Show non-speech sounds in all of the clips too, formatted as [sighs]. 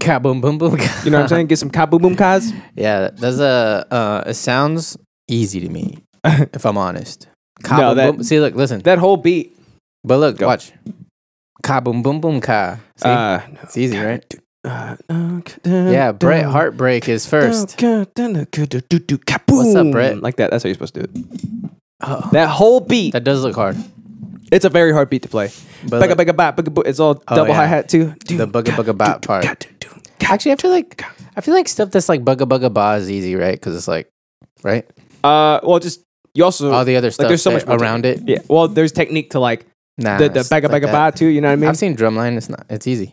Kaboom boom boom. You know what I'm saying? Get some kaboom boom cars. [laughs] yeah, there's a. Uh, it sounds easy to [laughs] me, if I'm honest. Kaboom that- boom. See, look, listen. That whole beat. but look, Go. watch. Kaboom boom boom ka. See, Uh, it's easy, right? uh, Yeah, Brett heartbreak is first. What's up, Brett? Like that. That's how you're supposed to do it. Oh, That whole beat. that does look hard. It's a very hard beat to play. But Bugga look- bugga bop, bugga boo. It's all Oh, double yeah. hi hat too. the bugga bugga bop part. part. Actually, I feel like I feel like stuff that's like bugga bugga ba is easy, right? Because it's like, right? Uh, well, just you also All the other stuff there's so that- much more to around it. yeah. Well, there's technique to like Nah, the the it's bagga like bagga that. ba too. You know what I mean? I've seen drumline. It's not. It's easy.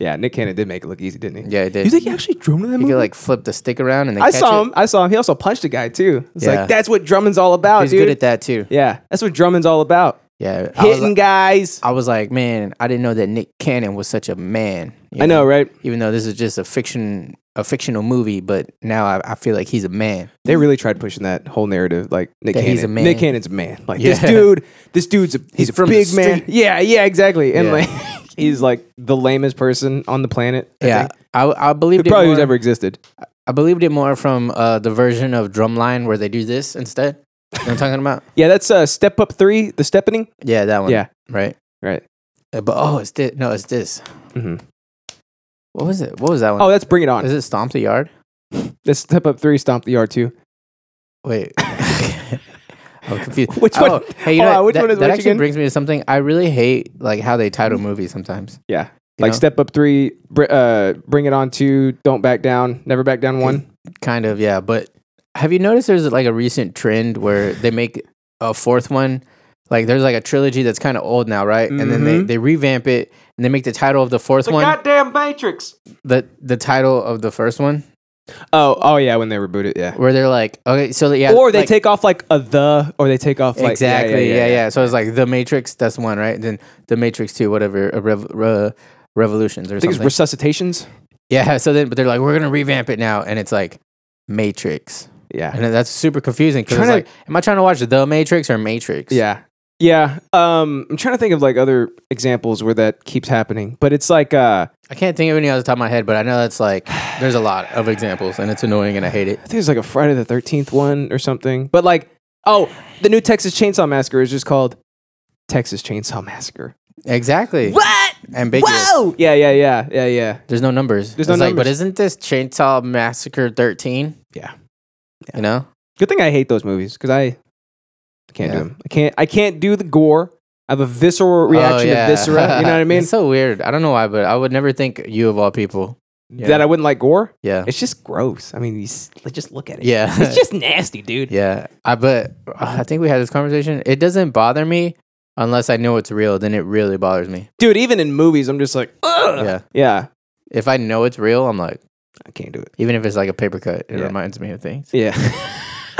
yeah, Nick Cannon did make it look easy, didn't he? Yeah, it did. You think he actually drummed in that [laughs] You movie? could like flip the stick around and they I catch saw it. him. I saw him. He also punched a guy too. It's Yeah. like that's what drumming's all about, He's Oh, dude. good at that too. yeah, that's what drumming's all about. Yeah, I was, Hitting guys. I was like, man, I didn't know that Nick Cannon was such a man. you I know, right? Even though this is just a fiction, a fictional movie, but now I, I feel like he's a man. They really tried pushing that whole narrative, like Nick That Cannon. he's a man. Nick Cannon's a man. Like this Yeah. dude. This dude's a he's, a from the big man. street. Yeah, yeah, exactly. And Yeah. like [laughs] he's like the lamest person on the planet. I yeah, think. I, I believed it. probably more, who's ever existed. I believed it more from uh, the version of Drumline where they do this instead. You know what I'm talking [laughs] about? Yeah, that's uh, Step Up Three, the Steppening. Yeah, that one. Yeah, right. right. Uh, But oh, it's this. No, it's this. Mhm. What was it? What was that one? Oh, that's Bring It On. Mm-hmm. is it Stomp the Yard? That's Step Up Three, Stomp the Yard Two. [laughs] Wait. [laughs] I'm confused. Which one? one- hey, you hold know, on, which which that, one is that which actually again? Mm-hmm. brings me to something. I really hate like how they title movies sometimes. Yeah, You like know? Step Up Three, br- uh, Bring It On Two, Don't Back Down, Never Back Down One. Kind of, yeah. But have you noticed there's like a recent trend where they make a fourth one? Like there's like a trilogy that's kind of old now, right? And then they, Mhm. they revamp it and they make the title of the fourth one goddamn Matrix. the the title of the first one Oh, oh yeah, when they reboot it, yeah. where they're like okay, so yeah, or they like- take off like a the, or they take off like exactly, yeah yeah, So it's like the Matrix, that's one, right? Then the Matrix Two, whatever, uh, rev, re, Revolutions or I think it's something. resuscitations. Yeah. [laughs] So then, but they're like, we're gonna revamp it now, and it's like Matrix, Yeah, and then that's super confusing because Tryna- like, am I trying to watch the Matrix or Matrix? yeah, yeah. Um, I'm trying to think of like other examples where that keeps happening, but it's like uh, I can't think of any off the top of my head, but I know that's like there's a lot of examples, and it's annoying, and I hate it. I think it's like a Friday the Thirteenth one or something. But like, oh, the new Texas Chainsaw Massacre is just called Texas Chainsaw Massacre. Exactly. What? Ambiguous. Yeah, yeah, yeah, yeah, yeah. There's no numbers. There's no It's like, But numbers. isn't this Chainsaw Massacre 13? Yeah. You know? Good thing I hate those movies because I can't do Yeah. them. I can't. I can't do the gore. I have a visceral reaction Oh, yeah. to viscera. You know [laughs] what I mean? It's so weird. I don't know why, but I would never think you of all people. yeah. That I wouldn't like gore. Yeah. It's just gross. I mean, you s- like, just look at [laughs] it. Yeah. [laughs] it's just nasty, [laughs] dude. Yeah, I but uh, I think we had this conversation. It doesn't bother me unless I know it's real. Then it really bothers me. Dude, even in movies, I'm just like, Ugh! Yeah, yeah, if I know it's real, I'm like, I can't do it. even if it's like a paper cut, it Yeah. reminds me of things. Yeah. [laughs]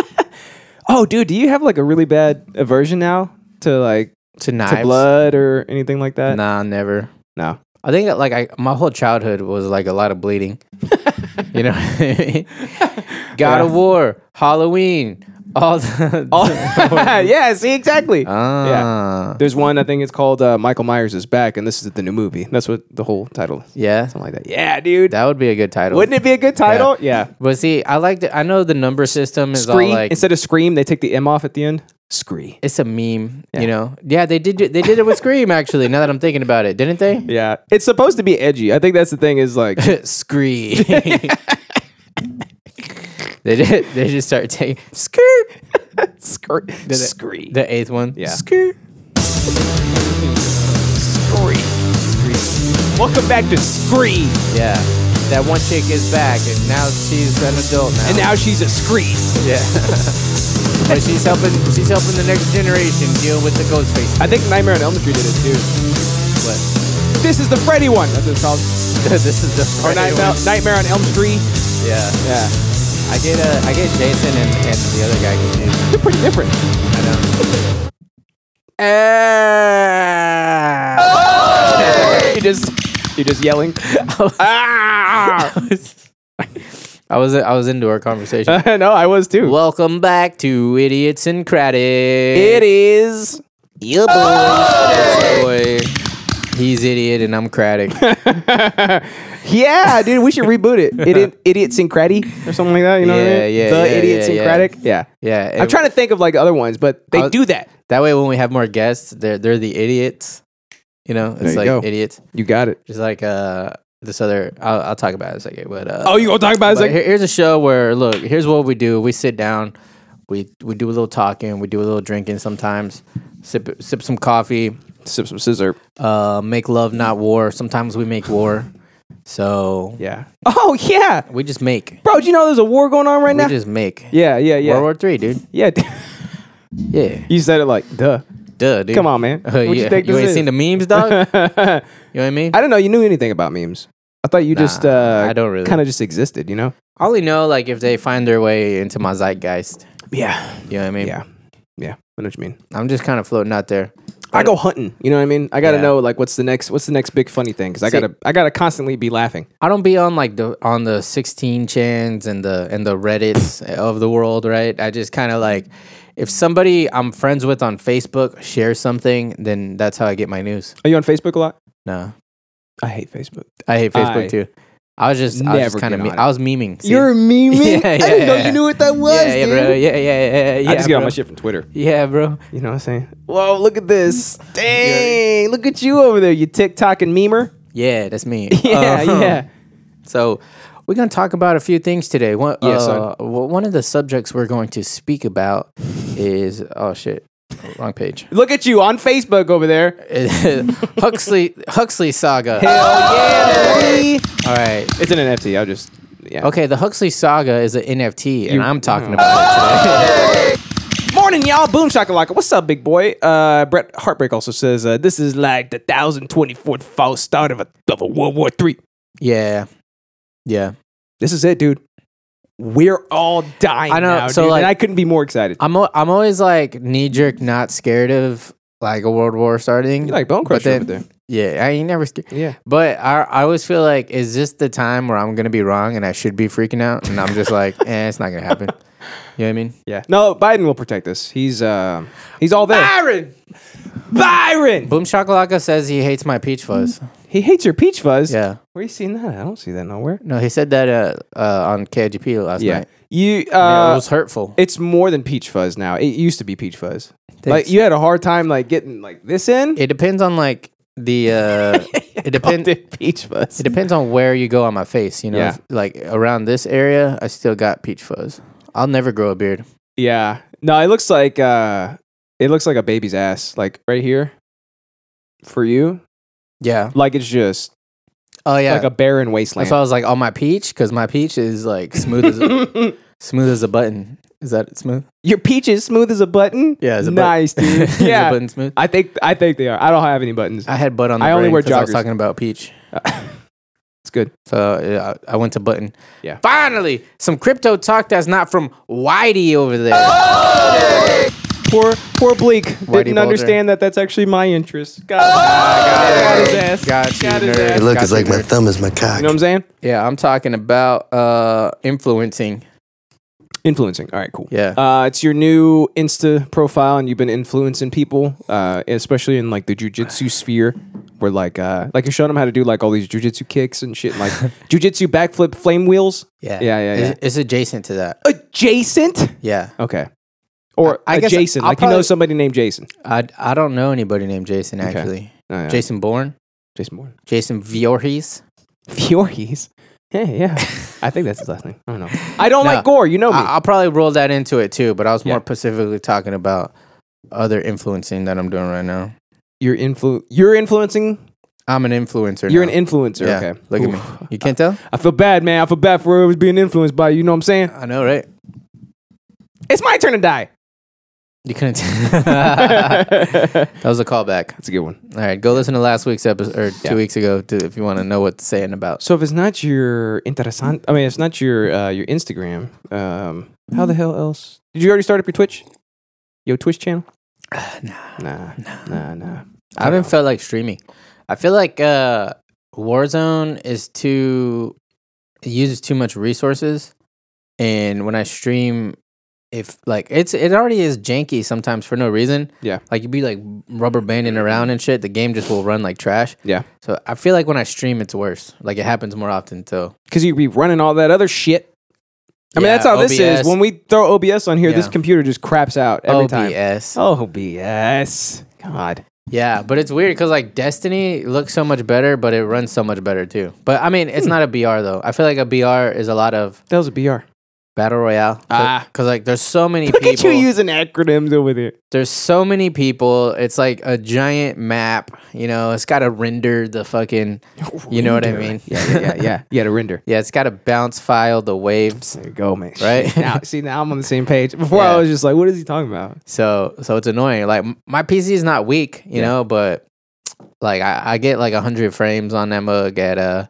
oh, dude, do you have like a really bad aversion now to like To to knives, blood or anything like that? nah, never. No. [laughs] I think that like I, my whole childhood was like a lot of bleeding. [laughs] you know, what I mean? God Yeah. of War, Halloween, all the. [laughs] [laughs] Oh, yeah, see, exactly. Ah. There's one I think it's called uh, Michael Myers is back, and this is the new movie. That's what the whole title, is. yeah, something like that. Yeah, dude. that would be a good title. Wouldn't it be a good title? Yeah. But see, I like. The, I know the number system is Scree. all like Instead of scream, they take the M off at the end. Scree. it's a meme, you know. Yeah, they did. do- They did it with Scream actually. Now that I'm thinking about it, didn't [laughs] they? Yeah. It's supposed to be edgy. I think that's the thing. [laughs] Is like [laughs] Scream. [laughs] they did. They just started taking [laughs] skirt. scree. Scree. The eighth one. Yeah. Skirt. Welcome back to Scree, Yeah. That one chick is back, and now she's an adult now. and now she's a scree. yeah. but she's helping. She's helping the next generation deal with the ghost face. I think Nightmare on Elm Street did it too. But This is the Freddy one. That's what it's called. [laughs] this is the Or Friday Nightmare, one. Nightmare on Elm Street. Yeah. Yeah. I get. Uh, I get Jason and, and the other guy confused. They're pretty different. I know. you just you're just yelling. [laughs] ah! [laughs] [laughs] I was I was into our conversation. no, I was too. Welcome back to Idiots and Credit. is your boy. Your boy. He's idiot and I'm [laughs] Craddock. yeah, dude, we should reboot it. [laughs] Idiot, idiot syncratic or something like that. You know what Yeah, I mean? yeah, The yeah, idiot yeah, yeah. syncratic. Yeah. Yeah, I'm it- Uh, trying to think of like other ones, but they I was- do that. that way when we have more guests, they're they're the idiots. You know, There it's you like go. idiots. You got it. Just like uh this other. I'll, I'll talk about it in a second. But uh, Oh, you gonna talk about it? But Like, here- here's a show where look, here's what we do. We sit down, we we do a little talking, we do a little drinking sometimes, sip sip some coffee, sip some scissor. uh, make love, not war. Sometimes we make war. So Yeah. Oh yeah, we just make. bro. Do you know there's a war going on right We now? just make. yeah, yeah, yeah, World War Three, dude. yeah. Yeah. [laughs] you said it like, duh. Duh, dude. Come on, man. Uh, [laughs] What yeah. you think you this ain't is? seen [laughs] the memes, dog? you know I what I mean? don't know. You knew anything about memes? I thought you just Nah, uh, I don't really. kind of just existed. You know? I only know like if they find their way into my zeitgeist. Yeah. You know what I mean? Yeah. Yeah. I know what you mean. I'm just kind of floating out there. I go hunting. You know what I mean? I gotta Yeah. know like what's the next what's the next big funny thing because I See- gotta I gotta constantly be laughing. I don't be on like the on the 16 chans and the and the reddits of the world, right? I just kind of like if somebody I'm friends with on Facebook shares something, then that's how I get my news. Are you on Facebook a lot? No, I hate Facebook. I hate Facebook I too. I was just I was never just kind of get me- on it. I was memeing. see? [laughs] memeing? Yeah, I didn't yeah, know you yeah. knew what that was, yeah, yeah, bro. Yeah, yeah, yeah, yeah. yeah I just get bro. all my shit from Twitter. Yeah, bro. You know what I'm saying? Whoa, look at this. [laughs] Dang, look at you over there, you TikTok and memer. [laughs] Yeah, that's me. Yeah, Uh-huh. yeah. So we're going to talk about a few things today. One, Yeah, uh, w- one of the subjects we're going to speak about is oh shit, wrong page. Look at you on Facebook over there. [laughs] Huxley Huxley saga. All right. It's an NFT. I'll just yeah. Okay, the Huxley saga is an NFT, and I'm talking about it [laughs] today. [laughs] Morning, y'all. Boom shakalaka. What's up, big boy? Uh, Brett Heartbreak also says uh, this is like the 1024th false start of a, of a World War Three. yeah, yeah. This is it, dude. We're all dying. I know, Now, so, dude, like- uh, and I couldn't be more excited. I'm al- I'm always like knee jerk, not scared of like a world war starting. you like Bone but Crusher over then- there. Yeah, I ain't never scared. Yeah. But I I always feel like is this the time where I'm gonna be wrong and I should be freaking out and I'm just like, [laughs] eh, it's not gonna happen. You know what I mean? Yeah. No, Biden will protect us. He's uh, he's all there. Byron. Byron. Boom Shakalaka says he hates my peach [laughs] fuzz. He hates your peach fuzz. Yeah. Where you seeing that? I don't see that nowhere. No, he said that uh, uh, on KGP last night. You. Uh, Yeah, it was hurtful. it's more than peach fuzz now. It used to be peach fuzz. Like Thanks. you had a hard time like getting like this in. It depends on like [laughs] the uh, it depends it Did peach fuzz. depends on where you go on my face. You know, Yeah. If, like around this area, I still got peach fuzz. I'll never grow a beard. Yeah. No, it looks like uh it looks like a baby's ass. Like right here. For you. Yeah. Like it's just Oh yeah. like a barren wasteland. That's why I was like on my peach because my peach is like [laughs] smooth as a, smooth as a button. Is that smooth? [laughs] Your peach is smooth as a button. Yeah, it's a button. nice, [laughs] Is dude. the yeah, button smooth? I think I think they are. I don't have any buttons. I had butt on. The I only brain wear 'cause I was joggers. talking about peach, [laughs] It's good. so yeah, I, I went to button. Yeah. Finally, some crypto talk that's not from Whitey over Oh, there. Poor poor Bleak didn't Bulger. Oh! understand that that's actually my interest. God, got his ass. Got you, his nerd. ass. Look, Got it's you, like my nerd. thumb is my cock. You know what I'm saying? Yeah, I'm talking about uh influencing. Influencing. All right, cool. Yeah. Uh, it's your new Insta profile, and you've been influencing people, uh, especially in like the jujitsu sphere, where like uh, like you're showing them how to do like all these jujitsu kicks and [laughs] shit, like jujitsu backflip flame wheels. yeah, yeah, yeah. It's, it's adjacent to that. Adjacent. Yeah, Okay. Or I- I guess adjacent, I'll like you know probably- somebody named Jason. I I don't know anybody named Jason actually. Oh, yeah. Jason Bourne, Jason Bourne. Jason Voorhees. Fiori's. Yeah, [laughs] yeah. I think that's his last name. I don't know. I don't No. like gore. You know me. I, will probably roll that into it too, but I was more Yeah. specifically talking about other influencing that I'm doing right now. you're influ. You're influencing. I'm an influencer. You're now. an influencer. Yeah, Okay. look Ooh. at me. You can't tell? I feel bad, man. I feel bad for always being influenced by you. You know what I'm saying? I know, right? It's my turn [laughs] to die. You couldn't [laughs] tell. that That's was a callback. a good one. All right, go listen to last week's episode or two Yeah. weeks ago to, if you want to know what's saying about. So if it's not your interessant, I mean, it's not your uh, your Instagram. Um, how the hell else? Did you already start up your Twitch? Your Twitch channel? [sighs] Uh, Nah, nah, nah, nah. I haven't felt like streaming. I feel like uh, Warzone is too it uses too much resources, and when I stream, if like it's it already is janky sometimes for no reason. Yeah. Like you'd be like rubber banding around and shit. The game just will run like trash. Yeah. So I feel like when I stream, it's worse. Like it happens more often. So because you'd be running all that other shit. I mean, Yeah, that's how this is. OBS. When we throw OBS on here, this Yeah. computer just craps out every time. OBS. OBS. God. Yeah, but it's weird because like Destiny looks so much better, but it runs so much better too. But I mean, it's Hmm. not a BR though. I feel like a BR is a lot of That was a BR. battle royale. Ah. because like there's so many Look at you people. using acronyms over there. there's so many people. It's like a giant map. You know, it's got to render the fucking. You know what I mean? Yeah, yeah, yeah. [laughs] yeah. You had to render. Yeah, it's got to bounce file the waves. There you go, man. [laughs] Right? Shit. now, see, now I'm on the [laughs] same page. Before I Yeah. was just like, what is he talking about? So so it's annoying. Like m- my PC is not weak, you Yeah. know, but like I, I get like 100 frames on that mug at uh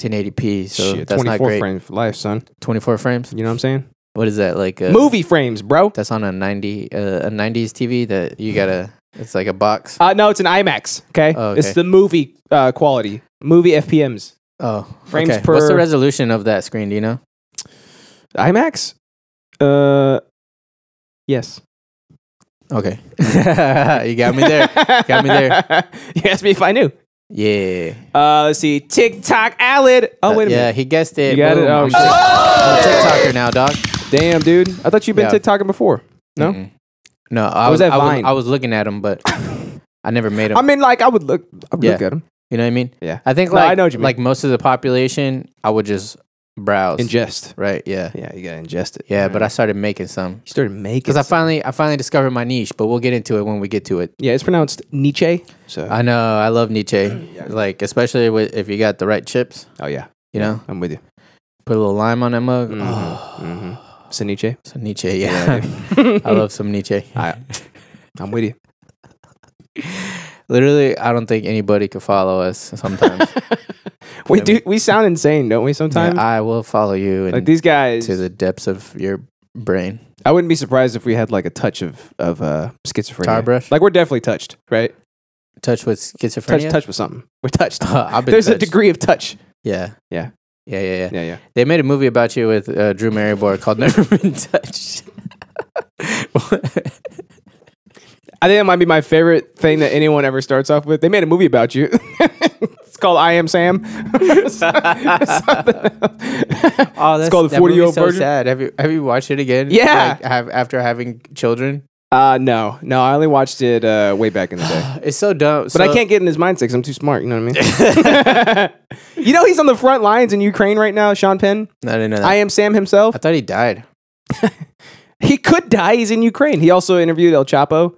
1080p. So Shit, that's not 24 great. frames for life, son. 24 frames. You know what I'm saying? What is that like? A, Movie frames, bro. That's on a 90 uh, a 90s TV that you gotta. It's like a box. Uh, no, it's an IMAX. Okay, Oh, it's okay. the movie uh, quality, movie FPMs. Oh, Frames okay. What's per- the resolution of that screen? Do you know? IMAX. Uh, yes. Okay, [laughs] you got me [laughs] there. Got me there. you asked me if I knew. Yeah. Uh, let's see. TikTok Alid. Oh wait Uh, a yeah, minute. he guessed it. You got it? Boom. Oh, I'm shit. tick- I'm a TikToker now, dog. Damn, dude. I thought you've been Yeah. TikToking before. No? Mm-mm. No, I Or was, was that I, was Vine? I was looking at him, but I never made him. I mean, like I would look. I would Yeah. look at him. You know what I mean? Yeah. I think No, like I know what you mean. like most of the population, I would just browse. Ingest. right? Yeah. Yeah, you gotta ingest it. Yeah, but I started making some you started making. because I finally I finally discovered my niche. But we'll get into it when we get to it. yeah, it's pronounced Nietzsche. So. I know I love Nietzsche, like especially with, if you got the right chips. oh yeah, You know, I'm with you. put a little lime on that mug. Mhm. Oh, Mhm. So Nietzsche. some Nietzsche. Yeah, [laughs] I [laughs] love some Nietzsche. I, I'm with you. Literally, I don't think anybody could follow us. Sometimes We Yeah, I mean- do. We sound insane, don't we? [laughs] Sometimes. Yeah, I will follow you like and these guys. to the depths of your brain. I wouldn't be surprised if we had like a touch of of uh, schizophrenia. Tar brush? Like we're definitely touched, right? Touch with Touch, schizophrenia. touch with something. We're touched. [laughs] I've been There's a touched. degree of touch. Yeah. Yeah. Yeah, yeah, yeah. Yeah, yeah. They made a movie about you with uh, Drew Barrymore called [laughs] Never Been Touched. I think that might be my favorite thing that anyone ever starts off with. They made a movie about you. [laughs] it's called I Am [laughs] Sam. [laughs] oh, that's- called The that 40 Year Old movie's so so Virgin. sad. Have you have you watched it again? Yeah. after having children, uh, no, no. I only watched it uh, way back in the day. it's so dumb. But I [laughs] can't get in his mindset 'cause I'm too smart. You know what [laughs] I mean? [laughs] you know he's on the front lines in Ukraine right now, Sean Penn. I didn't know that. I I, am Sam himself. thought he died. He could die. He's in Ukraine. He also interviewed El Chapo.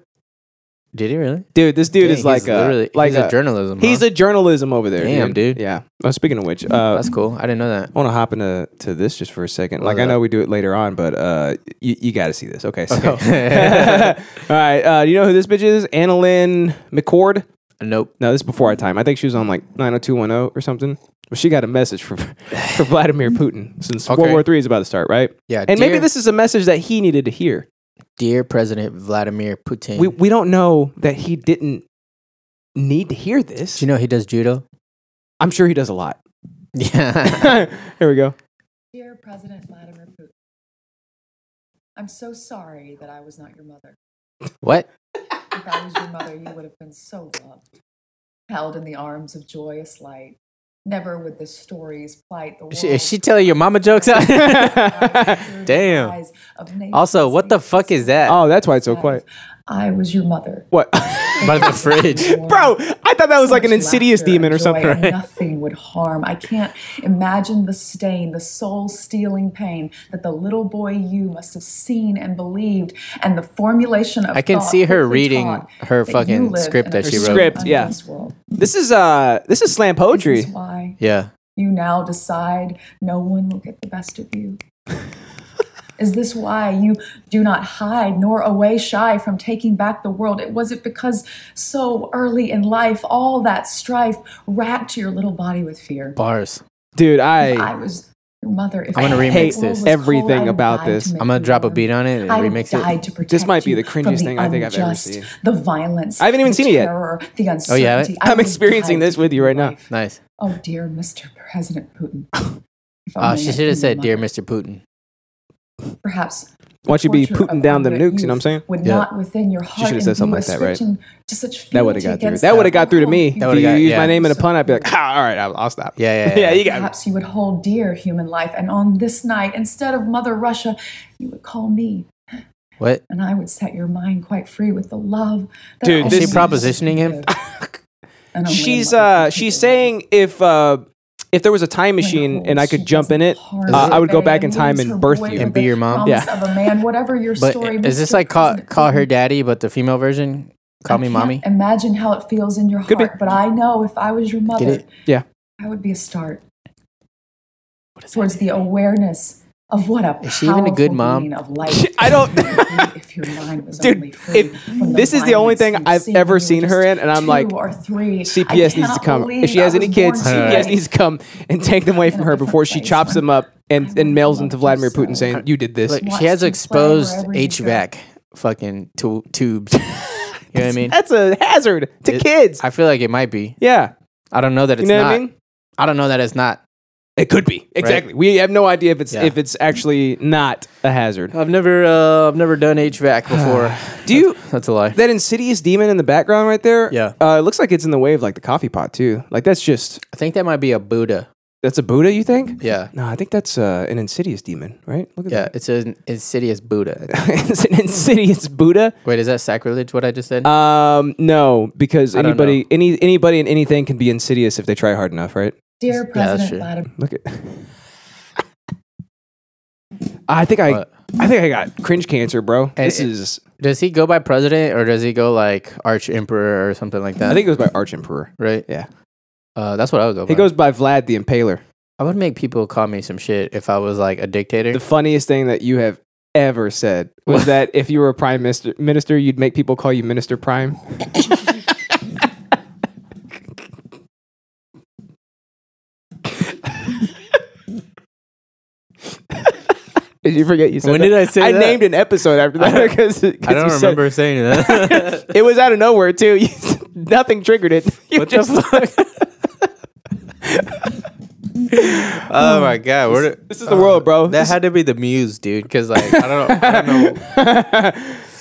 Did he really? Dude, this dude Dang, is like he's a literally- like he's a, journalism. He's huh? a journalism over there. Damn, dude. Yeah. Well, speaking of which, uh, That's cool. I didn't know that. I want to hop into to this just for a second. Like that? I know we do it later on, but uh, you you got to see this. Okay. So, Okay. [laughs] all right. Uh, do you know who this bitch is? Annalyn McCord. Nope. No, this is before our time. I think she was on like 90210 or something. But she got a message from [laughs] for Vladimir Putin since Okay. World War Three is about to start, right? Yeah, And maybe dear- this is a message that he needed to hear. Dear President Vladimir Putin, We we don't know that he didn't need to hear this. do you know he does judo? [laughs] I'm sure he does a lot. [laughs] Yeah. Here we go. Dear President Vladimir Putin, I'm so sorry that I was not your mother. what? If I was your mother, you would have been so loved, held in the arms of joyous light. Never would this story's plight the world. Is she, is she telling your mama [laughs] jokes [laughs] out? Damn. also, what the fuck is that? Oh, that's why it's so quiet. I was your mother. [laughs] What? By the fridge. [laughs] Bro, I thought that was like an Much insidious laughter demon or and joy something. and Nothing would harm. I can't imagine the stain, the soul stealing pain that the little boy you must have seen and believed, and the formulation of I can thought see her quickly reading taught her that you fucking live script in that a she wrote. Script, yeah. unjust World. This is uh this is slam poetry. This is why Yeah. you now decide no one will get the best of [laughs] you? Is this why you do not hide nor away shy from taking back the world? It was it because so early in life all that strife racked your little body with fear. Bars. Dude, If I I was your mother. If I'm gonna the remix world this. was cold, Everything I would about die to this. make I'm gonna you drop a warm. beat on it and I would remix die it. to protect might be you the from cringiest thing I think I've ever unjust, seen. The violence. I haven't even the seen it yet. Oh, terror, The uncertainty. you haven't? I I'm would experiencing die this to with you right now. life. Nice. Oh, [laughs] dear Mr. President Putin. If Uh, only she should I have knew said, my- "Dear Mr. Putin." Perhaps Why don't you be torture pooting of down them older nukes? You know what I'm youth saying? Would Yeah. not within your heart. should've and said be something like that, right? prescription To such That would have fealty got through. against That would have them. got through to me. That if would've you got- use yeah. my name in a So- pun, I'd be like, [laughs] ah, all right, I'll, I'll stop. [laughs] Yeah, yeah, yeah. you got me. Perhaps you would hold dear human life, and on this night, instead of Mother Russia, you would call me, What? and I would set your mind quite free with the love. That Dude, Is only she this- Mother propositioning can him? give. [laughs] And only She's Mother uh, can she's give. saying if uh, if there was a time When machine old and I oh, she could jump in doesn't it, harm uh, her I would go babe back in time leaves and her birth boy you. And with be the your mom? promise Yeah. Of a man, whatever your But story. is this Mr. like call President call her Clinton, daddy, but the female version? Call I me can't mommy. Imagine how it feels in your Could be. heart. But I know if I was your mother, it? Yeah. I would be a start towards the awareness of what a Is she even a good powerful mom? being [laughs] Of life I don't- you would be [laughs] if your mind was Dude, only free if from this is the only violence thing you've I've when ever you were seen her just in, and I'm two like, or three. I CPS needs to cannot come. believe If she I has was any kids, born too Alright. CPS late. needs to come and take them away from her before [laughs] she chops them up and, and mails them to Vladimir Putin saying, You did this. Look, Watch she has them play exposed wherever you go. HVAC fucking tu- tubes. [laughs] you know what I mean? That's a hazard to It- kids. I feel like it might be. Yeah. I don't know that it's You know not. what I, I mean? don't know that it's not. It could be. Exactly. We have no idea if it's Yeah. if it's actually not a hazard. I've never uh, I've never done HVAC [sighs] before. Do you That's a lie. that insidious demon in the background right there? Yeah. Uh, it looks like it's in the way of like the coffee pot too. Like that's just I think that might be a Buddha. that's a Buddha, you think? Yeah. No, I think that's uh, an insidious demon, right? Look at Yeah, it's an insidious Buddha. that. [laughs] it's an insidious Buddha. Wait, is that sacrilege what I just said? Um, no, because don't anybody, any, anybody, and anything can be insidious if they try hard enough, right? Dear President true. Vladimir, Look at. [laughs] I think I, What? I think I got cringe cancer, bro. And this it- is. does he go by president or does he go like arch emperor or something like that? I think it goes by Arch Emperor. right? Yeah. Uh, that's what I would go by. He goes by Vlad the Impaler. I would make people call me some shit if I was like a dictator. The funniest thing that you have ever said was [laughs] that if you were a prime minister, minister, you'd make people call you Minister Prime. [laughs] Did you forget you said When that? did I say I that? named an episode [laughs] after that because I don't remember saying that. [laughs] [laughs] it was out of nowhere too. [laughs] You, nothing triggered it. You what the fuck? oh my god, where did- This is the world, bro. That This- had to be the muse, dude. Because like I don't, I don't [laughs] know.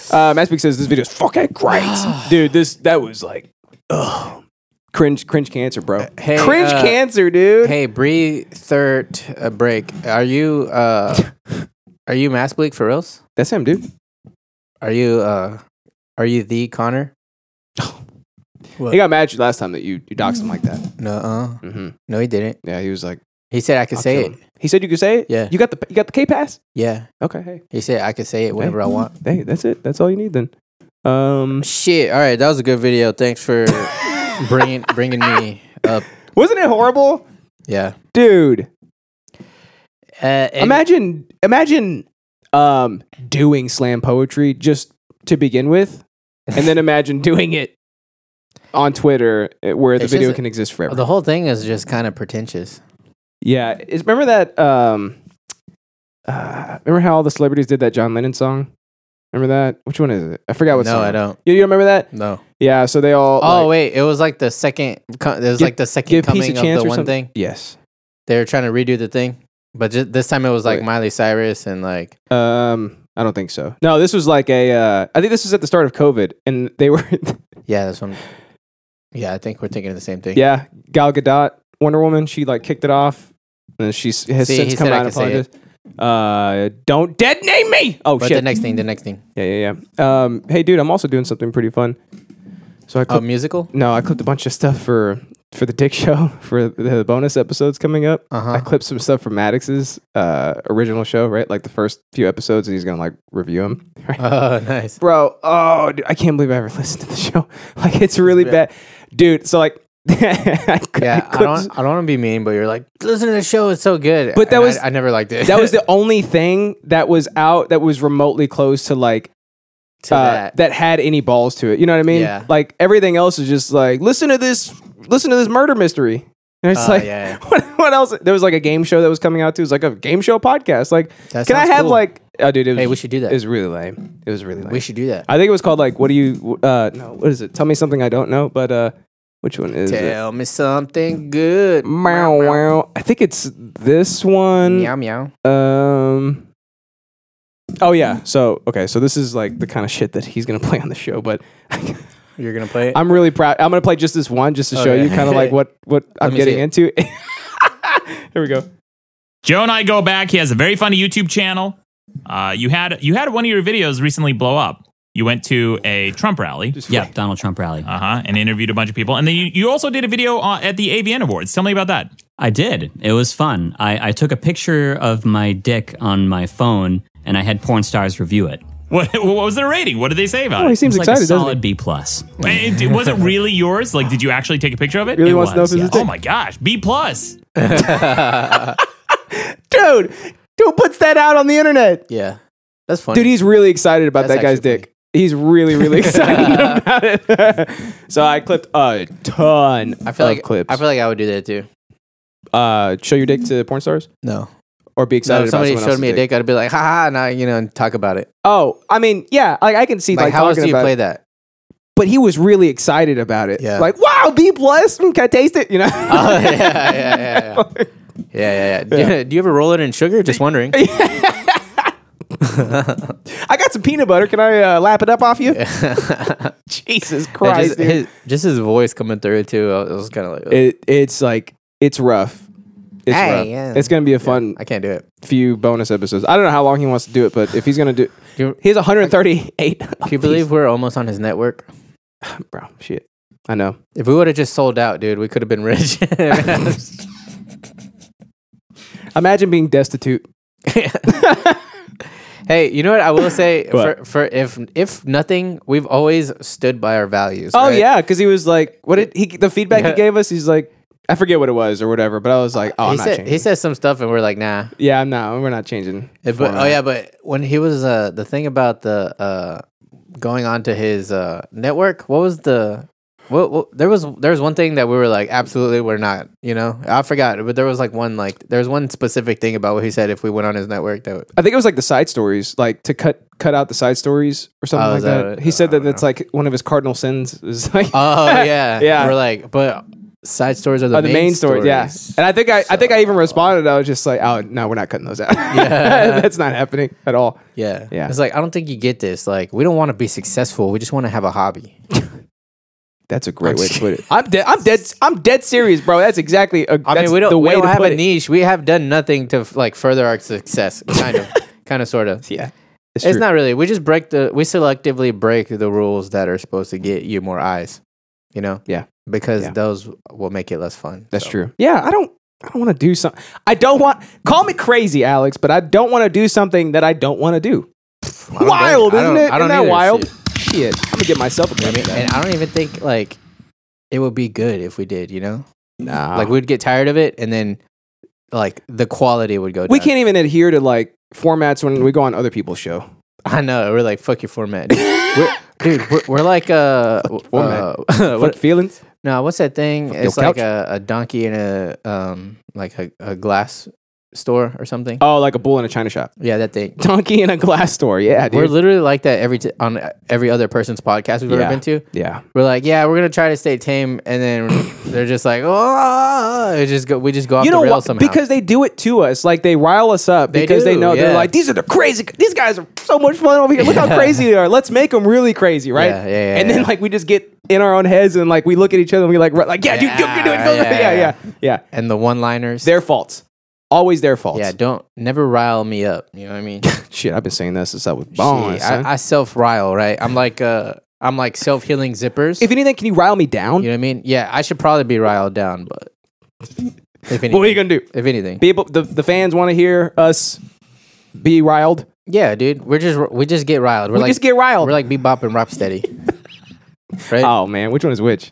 Uh, Masspeak says this video's fucking [sighs] great, dude. This that was like, ugh. cringe, cringe cancer, bro. hey, cringe uh, cancer, dude. Hey, breathe. Third uh, break. Are you uh, are you mass bleak for reals? That's him, dude. Are you uh, are you the Connor? He got mad at you last time that you you doxed him like that. No, uh, Mm-hmm. no, he didn't. Yeah, he was like, He said I could I'll say kill it. him. He said you could say it. Yeah. you got the you got the K pass. Yeah, Okay, hey, he said I could say it whenever I want. hey, that's it. That's all you need then. Um, [laughs] Shit. All right, that was a good video. Thanks for bringing bringing me up. wasn't it horrible, Yeah. dude? Uh, and- imagine imagine um doing slam poetry just to begin with [laughs] and then imagine doing it on twitter eh, where the It's video just- can exist forever the whole thing is just kind of pretentious. yeah is, remember that um uh, remember how all the celebrities did that john lennon song remember that which one is it i forgot what no, song I don't. you, you remember that No. yeah so they all Oh like, wait, it was like the second. co- It was Give- like the second give piece a coming of, chance the or one something thing. yes They were trying to redo the thing, but just, this time it was like Wait. Miley Cyrus and like um i don't think so no this was like a uh i think this was at the start of covid and they were [laughs] yeah, this one. Yeah, I think we're thinking of the same thing. Yeah, Gal Gadot, Wonder Woman. She like kicked it off, and then she's has See, since he come said I out and could say apologized. Uh, don't dead name me. Oh But shit. the next thing, the next thing, yeah, yeah, yeah. Um, hey, dude, I'm also doing something pretty fun. So I a clipped, Oh, musical. no, I clipped a bunch of stuff for for the Dick [laughs] Show for the bonus episodes coming up. Uh-huh. I clipped some stuff from Maddox's uh, original show, right? Like the first few episodes, and he's gonna like review them. [laughs] Right? Oh, [laughs] nice. bro oh dude, i can't believe i ever [laughs] listened to the show like it's really bad dude so like [laughs] I cou- I Yeah, I couldn't- don't, I don't want to be mean, but you're like, listen to the show; it's so good. But that And I- was- I, never liked it. that was the only thing that was out that was remotely close to like [laughs] to uh, that. that. had any balls to it you know what i mean Yeah. like everything else is just like listen to this listen to this murder mystery and it's Oh, like yeah, yeah. [laughs] What, what else there was like a game show that was coming out too it was like a game show podcast like That can i sounds have cool. like oh dude it was, Hey, we should do that. it was really lame it was really lame we should do that. I think it was called like what do you uh no what is it? Tell me something I don't know, but uh which one is it? Tell me something good. Meow wow. I think it's this one. Meow meow. Um Oh yeah. So okay. So this is like the kind of shit that he's gonna play on the show. But [laughs] You're gonna play it. I'm really proud. I'm gonna play just this one, just to show Okay. you kind of like what what [laughs] I'm me see getting it. into. [laughs] Here we go. Joe and I go back. He has a very funny YouTube channel. Uh, you had you had one of your videos recently blow up. You went to a Trump rally, Yep, Donald Trump rally. uh huh, and interviewed a bunch of people, and then you, you also did a video uh, at the AVN Awards. Tell me about that. [laughs] I did. It was fun. I, I took a picture of my dick on my phone and I had porn stars review it. What what was their rating? What did they say about Oh, he it? seems It's like excited. a doesn't solid B plus. And it- Was it really yours? Like, did you actually take a picture of it? he? Really it wants to know if was, it's his yeah. oh dick. my gosh, B plus. dude. Dude puts that out on the internet. Yeah, that's funny. Dude, he's really excited about That's that guy's actually dick. He's really, [laughs] really excited about it. [laughs] so I clipped a ton. I feel of like clips. I feel like I would do that too. uh, show your dick to porn stars No, or be so excited if somebody about someone showed me a else's dick, I'd be like, haha, now you know, and talk about it. Oh, I mean, yeah, like I can see Like, like, how else talking do you about play it. [laughs] that? But he was really excited about it. Yeah. Like, wow, B plus. Mm, can I taste it? You know. Oh yeah, yeah, yeah, yeah, yeah, yeah. yeah. Do, you, do you ever roll it in sugar? [laughs] Just wondering. [laughs] I got some peanut butter. Can I uh, lap it up off you? [laughs] Jesus Yeah, Christ, [laughs] just, dude. his, just his voice coming through too. I was kind of like, ugh, it, it's like it's rough. It's Hey, rough. yeah. It's gonna be a fun I can't do it. few bonus episodes. I don't know how long he wants to do it, but if he's gonna do, You- he has 138. Can you believe we're almost on his network? bro? Shit, I know. If we would have just sold out, dude, we could have been [laughs] rich. [laughs] Imagine being destitute. [laughs] hey, you know what I will say What? for, for if if nothing, we've always stood by our values. Oh right? yeah, because he was like, what did he? The feedback Yeah. he gave us, he's like, I forget what it was or whatever, but I was like, oh, I'm he not said changing. he said some stuff, and we're like, nah. yeah, I'm not. We're not changing. If- but- oh yeah, but when he was uh, the thing about the uh, going on to his uh, network, what was the what, what there was there was one thing that we were like absolutely we're not you know I forgot but there was like one like there was one specific thing about what he said if we went on his network that [laughs] would, I think it was like the side stories, like to cut cut out the side stories or something Oh, like is that that. it? He said I that that's like one of his cardinal sins. Is [laughs] like uh, oh yeah Yeah. we're like but side stories are the, Or the main, story, yeah. stories. And I think I, I think I even responded. I was just like, "Oh no, we're not cutting those out. Yeah. [laughs] That's not happening at all." yeah Yeah. it's like I don't think you get this like we don't want to be successful we just want to have a hobby That's a great way to put it. I'm dead. I'm dead. I'm dead serious, bro. That's exactly. A, I that's mean we don't the we way don't to have put a it. niche we have done nothing to like further our [laughs] success kind of kind of sort of Yeah, It's true. not really. We just break the. We selectively break the rules that are supposed to get you more eyes. You know. Yeah. Because Yeah. those will make it less fun. That's so. true. Yeah, I don't. I don't want to do something. I don't want. Call me crazy, Alex, but I don't want to do something that I don't want to do. I don't Wild, blame- I isn't don't- it? I Isn't don't that either, wild? shit. Shit, I'm gonna get myself a I credit. mean, for that. and I don't even think like it would be good if we did. You know, Nah. like we'd get tired of it, and then like the quality would go. we down. can't even adhere to like formats when we go on other people's show. I know. We're like fuck your format, [laughs] dude. we're, dude, we're, we're like uh, format. uh, [laughs] What what, feelings? No, what's that thing? your It's like couch. a, a donkey in a um like a, a glass store or something. Oh, like a bull in a china shop. [laughs] Yeah, that thing. Donkey in a glass store. Yeah, dude. We're literally like that every t- on every other person's podcast we've Yeah. ever been to. yeah. We're like, yeah, we're gonna try to stay tame, and [coughs] then they're just like, oh, it just go, we just go off you know the rails what? somehow. Because they do it to us. Like they rile us up They because they do, know they're yeah. like these are the crazy. These guys are so much fun over here. Look how crazy they are. Let's make them really crazy, right? Yeah, yeah, yeah, and then yeah. like we just get in our own heads and like we look at each other and we like ri- like yeah, dude, you can do it. Go, Yeah, yeah, yeah, yeah, yeah, yeah. and the one liners, Their faults. Always their faults. yeah, don't never rile me up. You know what I [laughs] mean? Shit, Shit, I've been saying this since Oh, I was born. son. I, I self rile, right? I'm like uh, I'm like self healing zippers. if anything, can you rile me down? you know what I mean? Yeah, I should probably be riled down, but [laughs] if anything, what are you gonna do? if anything, People, the, the fans want to hear us be riled. yeah, dude, we're just we just get riled. We're We like just get riled. we're like bebop and [laughs] rocksteady, right? oh man, which one is which?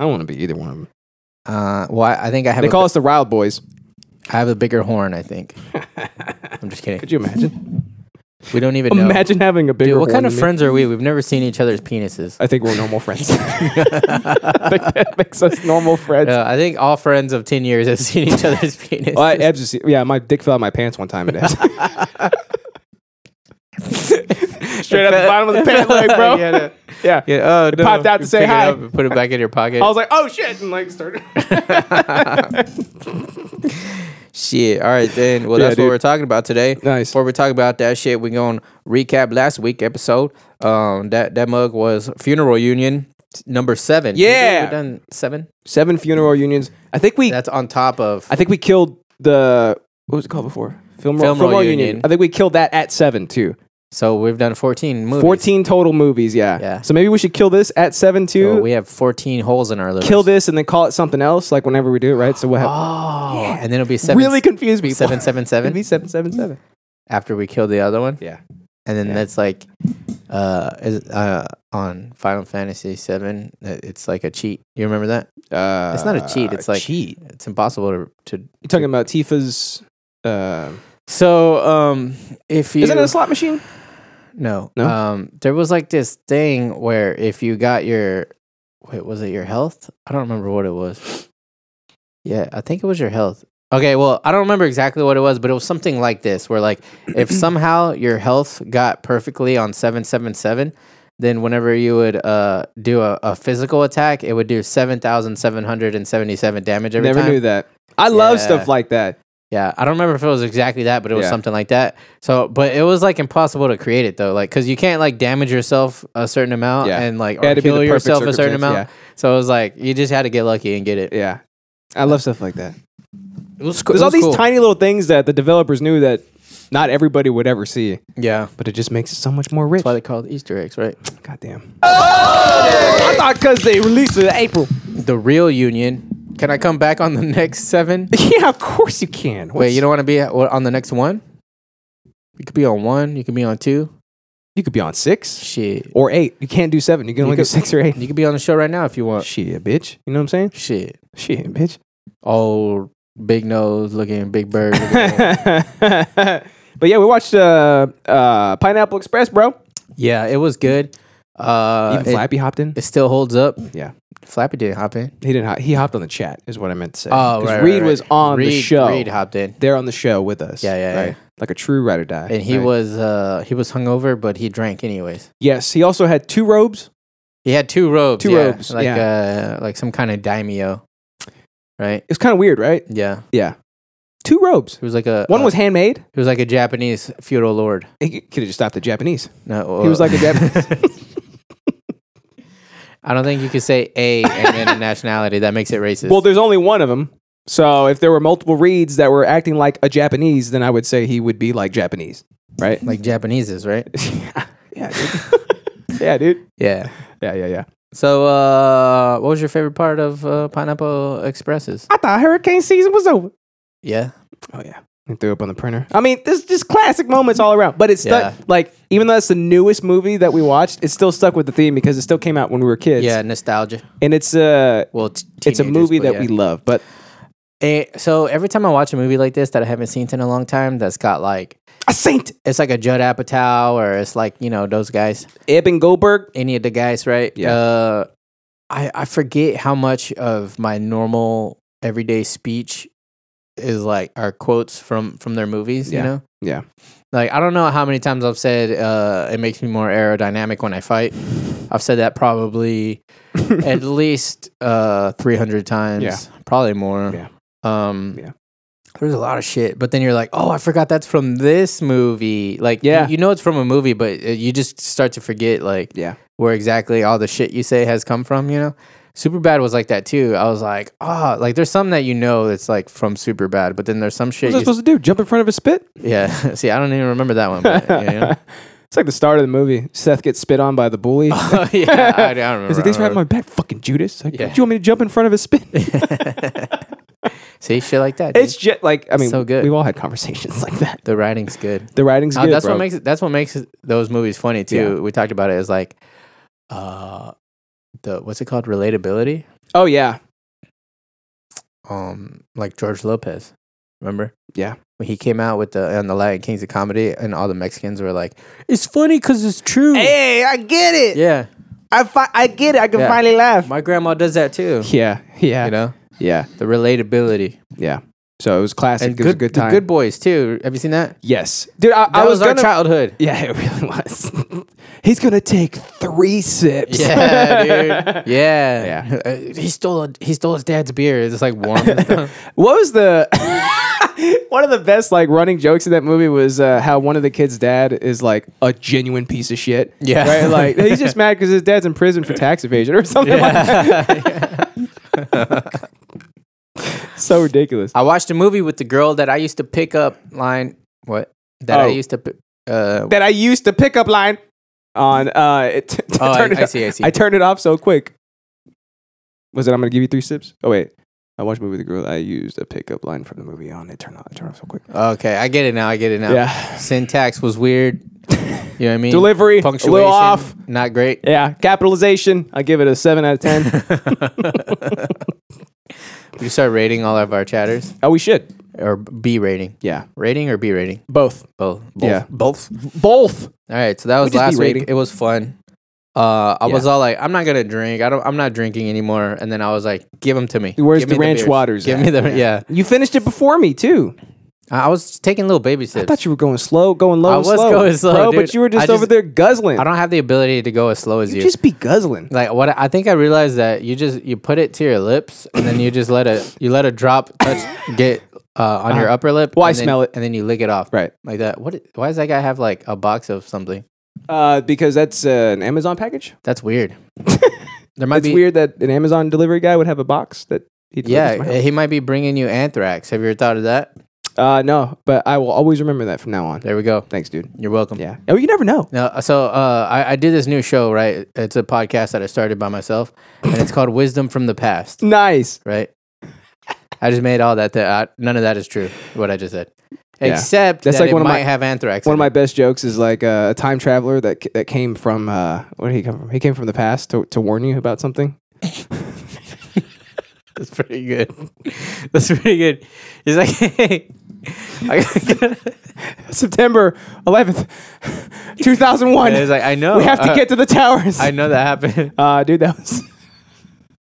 I don't want to be either one of them. Uh, well, I I think I have Oh. They a call us the Riled Boys. I have a bigger horn, I think. I'm just [laughs] kidding. Could you imagine? We don't even know. Imagine having a bigger. Dude, what horn kind of than me. friends are we? We've never seen each other's penises. I think we're normal [laughs] friends. I think that makes us normal friends. Uh, I think all friends of 10 years have seen each other's penis. [laughs] Well, I- Ebs is- yeah, my dick fell out of my pants one time. It [laughs] has. Straight out the bottom [laughs] of the pant leg, bro. Yeah, Yeah, no. Yeah, oh, It popped out to You say pick it hi. up and put it back in your pocket. I was like, oh shit, and like started. Shit. All right, then. Well, Yeah, that's dude. what we're talking about today. Nice. Before we talk about that shit, we're going to recap last week episode. Um, That that mug was Funeral Union number seven. Yeah. We've done seven. Seven funeral unions. I think we That's on top of. I think we killed the what was it called before? Film Film, Film Roll Roll Union. Union. I think we killed that at seven too. So we've done 14 movies. Fourteen total movies. Yeah. Yeah. So maybe we should kill this at seven too. So we have 14 holes in our list. kill this and then call it something else. Like whenever we do it, right? So we'll have Oh. And then it'll be seven. really confuse people. seven, seven, It'd be seven seven seven seven. after we kill the other one. Yeah. And then that's like uh, is, uh, on Final Fantasy Seven. It's like a cheat. You remember that? Uh, It's not a cheat. It's like cheat. It's impossible to. to You're talking about Tifa's. Uh, so um, if you Isn't it a slot machine? no No? um, there was like this thing where if you got your wait was it your health? I don't remember what it was. Yeah, I think it was your health. Okay, well, I don't remember exactly what it was, but it was something like this where like [clears throat] if somehow your health got perfectly on 777, then whenever you would uh do a, a physical attack, it would do 7777 damage every Never time. knew that. I love Yeah. stuff like that. Yeah, I don't remember if it was exactly that, but it was Yeah. something like that. So, but it was like impossible to create it though, like because you can't like damage yourself a certain amount Yeah. and like It or had to be kill the perfect yourself a certain amount. circumstance, So it was like you just had to get lucky and get it. Yeah. I love stuff like that. It was cool. There's all these tiny little things that the developers knew that not everybody would ever see, Yeah, but it just makes it so much more rich. that's why they call it Easter eggs, right? Goddamn. I thought because they released it in April. [laughs] The real union. Can I come back on the next seven? [laughs] yeah, of course you can. Wait, you don't want to be at, what, on the next one? You could be on one. You could be on two. you could be on six Shit, or eight. You can't do seven. You can only do could- six or eight. you could be on the show right now if you want. Shit, bitch. You know what I'm saying? Shit, Shit, bitch. old big nose looking big bird. looking old. [laughs] but yeah, we watched uh, uh, Pineapple Express, bro. Yeah, it was good. Uh, Even it, Flappy hopped in. it still holds up. Yeah, Flappy didn't hop in. he didn't. Hop, he hopped on the chat, is what I meant to say. Oh, 'Cause right, right, Reed right. was on the Reed- show. Reed hopped in, They're on the show with us. Yeah, yeah, right? yeah. Like a true ride or die. and he right? was uh, he was hungover, but he drank anyways. Yes, he also had two robes. He had two robes, Two yeah, robes, like uh, like some kind of daimyo, right? It's kind of weird, right? Yeah, Yeah, two robes. he was like a One uh, was handmade. he was like a Japanese feudal lord. He could have just stopped at Japanese. No, He was uh, like a [laughs] Japanese. I don't think you could say a and [laughs] then a nationality. That makes it racist. well, there's only one of them. So if there were multiple reads that were acting like a Japanese, then I would say he would be like Japanese, right? like Japaneses, right? [laughs] yeah, dude. [laughs] yeah, dude. yeah. Yeah, yeah, yeah. So, uh, what was your favorite part of uh, Pineapple Expresses? I thought hurricane season was over. Yeah. Oh yeah. And threw up on the printer. I mean, this is just classic moments all around. But it's stuck Yeah. like even though it's the newest movie that we watched, it's still stuck with the theme because it still came out when we were kids. Yeah, nostalgia. And it's uh Well, t- it's a teenagers, movie but that yeah. we love. But Eh, so every time I watch a movie like this that I haven't seen in a long time, that's got like a saint it's like a Judd Apatow or it's like you know those guys, Eben Goldberg. any of the guys, right? Yeah. Uh, I I forget how much of my normal everyday speech is like our quotes from from their movies. Yeah. You know. Yeah. Like I don't know how many times I've said uh, it makes me more aerodynamic when I fight. I've said that [laughs] probably at least uh, 300 times, Yeah. probably more. Yeah. Um, Yeah. There's a lot of shit, but then you're like, oh, I forgot that's from this movie. Like, you- Yeah. you, know it's from a movie, but uh, you just start to forget like Yeah. where exactly all the shit you say has come from. You know, Superbad was like that too. I was like, ah, like there's some that you know that's like from Superbad, but then there's some shit. What's I You, supposed to do? Jump in front of a spit? yeah, [laughs] see, I don't even remember that one. But, you [laughs] know? [laughs] It's like the start of the movie. Seth gets spit on by the bully. Oh, yeah, I, I don't He's remember. like, I "These don't right on remember. my back, fucking Judas." Like, Yeah. Do you want me to jump in front of a spit? [laughs] See, shit like that. it's It's just like I mean, So good. We've all had conversations like that. the writing's good. The writing's Uh, good. that's bro. what makes it, that's what makes it- those movies funny too. Yeah. We talked about it as like, uh, the what's it called relatability? Oh yeah, Um, like George Lopez, remember? Yeah. when he came out with the on the Latin Kings of comedy, and all the Mexicans were like, "It's funny because it's true." Hey, I get it. Yeah, I fi- I get it. I can Yeah. finally laugh. my grandma does that too. Yeah, yeah, You know yeah, the relatability. yeah. So it was classic. and it was a good, good the time. Good Boys too. Have you seen that? yes, dude. I, That I was, was, our gonna- childhood. [laughs] Yeah, it really was. [laughs] He's gonna take three sips. Yeah, dude. Yeah, Yeah. Uh, he stole a, he stole his dad's beer. It's like warm. and [laughs] stuff. What was the one of the best like running jokes in that movie was uh, how one of the kids' dad is like a genuine piece of shit. Yeah. right. [laughs] Like he's just mad because his dad's in prison for tax evasion or something. [laughs] like that. [laughs] so ridiculous. I watched a movie with the girl that I used to pick up line. What that I Oh. used to. pi- Uh, That I used the pickup line on. Uh, [laughs] it, t- Oh, I- turned it I off- see, I see. I turned it off so quick. Was it? I'm gonna give you three sips. Oh wait. I watched a movie with a girl. I used a pickup line from the movie on. It turned on. It turned off so quick. okay, I get it now. I get it now. Yeah. syntax was weird. You know what I mean? Delivery, a little punctuation, off. not great. Yeah, capitalization. I give it a seven out of [laughs] ten. We start rating all of our chatters oh, we should. or B rating, Yeah, rating or B rating, both. both. both. Yeah. both. Both. All right, so that was just be last week. rating. It was fun. Uh, I was Yeah. all like, I'm not gonna drink. I don't. I'm not drinking anymore. And then I was like, give them to me. Where's Give the me ranch beers. waters Give at? me the yeah. You finished it before me too. I I was taking little baby sips. I thought you were going slow, going low. I and was slow, going slow, bro. dude. But you were I just, just- over there guzzling. I don't have the ability to go as slow as you you. just be guzzling. like what I think I realized that you just you put it to your lips and then you just let it you let it drop touch get uh, on your upper lip. Uh-huh. Well, I and then- smell it. and then you lick it off Right. like that. What? i- Why does that guy have like a box of something? Uh, because that's uh, an Amazon package. That's [laughs] weird. there might It's be weird that an Amazon delivery guy would have a box that he. delivers to my Yeah, eh. he might be bringing you anthrax. Have you ever thought of that? house. Uh, no, but I will always remember that from now on. There we go. Thanks, dude. You're welcome. Yeah. Oh, you never know. No, so uh, I, I did this new show, right? It's a podcast that I started by myself, and it's called Wisdom from the Past, Nice. right? I just made all that. That I, none of that is true. What I just said, Yeah. except That's that like it one of might my- have anthrax. One of in my it. best jokes is like uh, a time traveler that that came from uh, where did he come from? He came from the past to, to warn you about something. [laughs] [laughs] That's pretty good. That's pretty good. He's like, [laughs] hey, I, September [laughs] 11th, [laughs] 2001. it's like I know. we have to uh, get to the towers. I know that happened. [laughs] [laughs] uh, dude, that was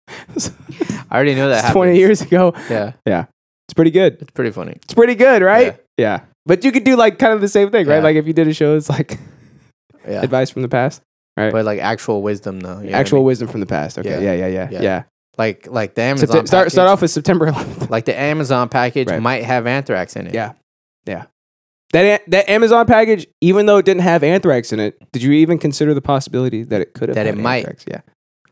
I already know [laughs] that happened. 20 years ago. Yeah, Yeah. It's pretty good. it's pretty funny. It's pretty good, right? Yeah. But you could do like kind of the same thing, Yeah. right? Like if you did a show, it's like Yeah, advice from the past, right? but like actual wisdom though. you know what I Actual mean? wisdom from the past. Okay. Yeah. Yeah. Yeah. Yeah. Yeah. Yeah. like like the Amazon. Sept- start, start package. off with September [laughs] 11th. like the Amazon package Right. might have anthrax in it. Yeah. That, a- that Amazon package, even though it didn't have anthrax in it, did you even consider the possibility that it could have That had it might. anthrax? Yeah,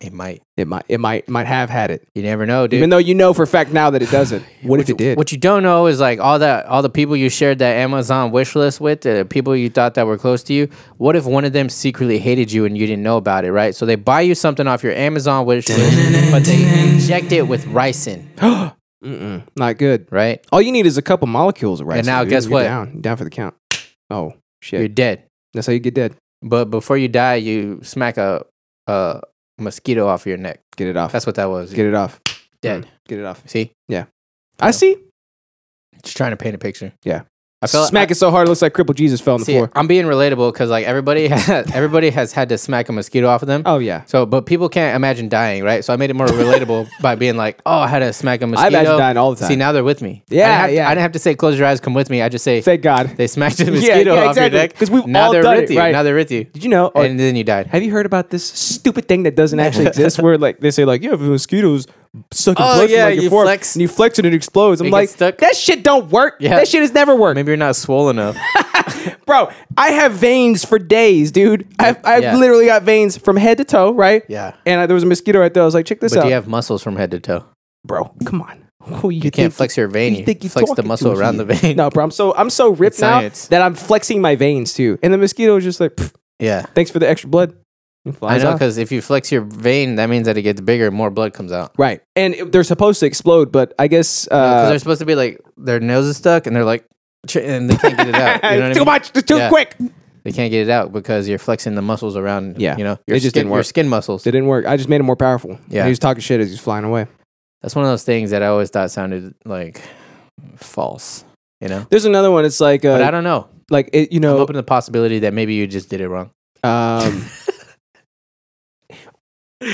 It might. it might, it might, might have had it. You never know, dude. Even though you know for a fact now that [sighs] it doesn't. What if it did? [gasps] what you don't know is like all that all the people you shared that Amazon wish list with, the people you thought that were close to you. What if one of them secretly hated you and you didn't know about it, right? So they buy you something off your Amazon wish list, but they inject it with ricin, [gasps] Mm-mm. Not good. right? All you need is a couple molecules of rice. now dude. guess You're what? Down, down for the count. Oh shit! You're dead. That's how you get dead. But before you die, you smack a a mosquito off your neck. Get it off. That's what that was. get it off. Dead. Mm. Get it off. See, I see. just trying to paint a picture. Yeah. I feel Smack it so hard, it looks like crippled Jesus fell on the See, floor. I'm being relatable because like everybody [laughs] has, everybody has had to smack a mosquito off of them. Oh yeah. So, but people can't imagine dying, right? So I made it more [laughs] relatable by being like, "Oh, I had to smack a mosquito." I imagine dying all the time. See, now they're with me. I Yeah, didn't have to, yeah. I didn't have to say, "Close your eyes, come with me." I just say, Thank God. "They smacked the [laughs] Yeah, mosquito yeah, off exactly, your neck." 'cause we've now all they're done with it, you. right. Now they're with you. Did you know? or- and then you died. Have you heard about this stupid thing that doesn't actually exist? Where like they say like you have mosquitoes sucking Oh, blood yeah, from like, your you forearm, flex. and you flex and it explodes. I'm It like, gets stuck. that shit don't work. Yeah. That shit has never worked, Maybe you're not swollen [laughs] enough. bro. I have veins for days, dude. I've, I've Yeah. literally got veins from head to toe, right? Yeah. And I, there was a mosquito right there. I was like, check this but out, do you have muscles from head to toe? bro. Come on. [laughs] Who you, can't think flex your vein. You think you're flex the talking to muscle around here? the vein. No, bro. I'm so I'm so ripped It's now science. that I'm flexing my veins too. And the mosquito was just like, "Pff, Yeah. thanks for the extra blood. It I flies know off. because if you flex your vein, that means that it gets bigger and more blood comes out. Right. And it- they're supposed to explode, but I guess Because they're uh, supposed to be like their nose is stuck and they're like, ch- and they can't get it [laughs] out. You know what I too mean? much, it's too Yeah. quick. They can't get it out because you're flexing the muscles around. Yeah. You know, It your just skin, didn't your work. skin muscles. It didn't work. I just made him more powerful. Yeah. He was talking shit as he's flying away. That's one of those things that I always thought sounded like false, you know? There's another one. It's like but I uh, don't know. like it, you I'm know open [laughs] to the possibility that maybe you just did it wrong. um,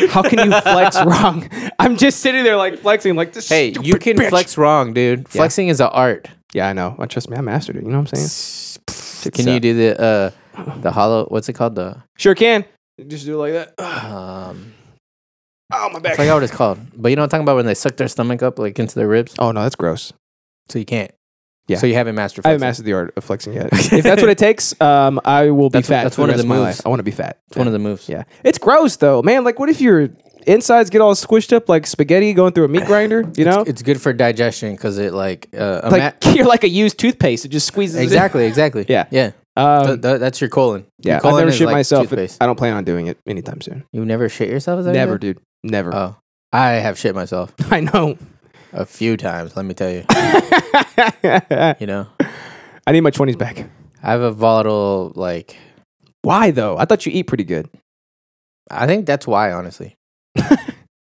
How can you flex [laughs] wrong? I'm just sitting there like flexing, like this. Hey, you stupid can bitch. flex wrong, dude. Flexing is an art. Yeah, I know. Well, trust me, I mastered it. You know what [laughs] I'm saying? Can you do the uh the hollow? What's it called? The Sure can. Just do it like that. [sighs] Ugh, um, Oh my I back. forgot what it's called. But you know what I'm talking about when they suck their stomach up like into their ribs, Oh no, that's gross. so you can't. Yeah. So you haven't mastered. I haven't flexing. mastered the art of [laughs] flexing yet. if that's what it takes, um, I will be That's- fat. that's for one the of rest the my moves. life. I want to be fat. It's one of the moves. Yeah, it's gross though, man. Like, what if your insides get all squished up like spaghetti going through a meat grinder? You know, It's good for digestion because it like uh, ama- like [laughs] you're like a used toothpaste. It just squeezes. it [laughs] in. exactly, exactly. Yeah. yeah. Um, Th- th- that's your colon. Your yeah, I colon never is shit like myself. toothpaste. I don't plan on doing it anytime soon. You never shit yourself? Is that what you Never, said? dude. Never. Oh, I have shit myself [laughs] I know. [laughs] a few times. Let me tell you. I You know, need my twenties back. I have a volatile like. Why though? I thought you eat pretty good. I think that's why, honestly.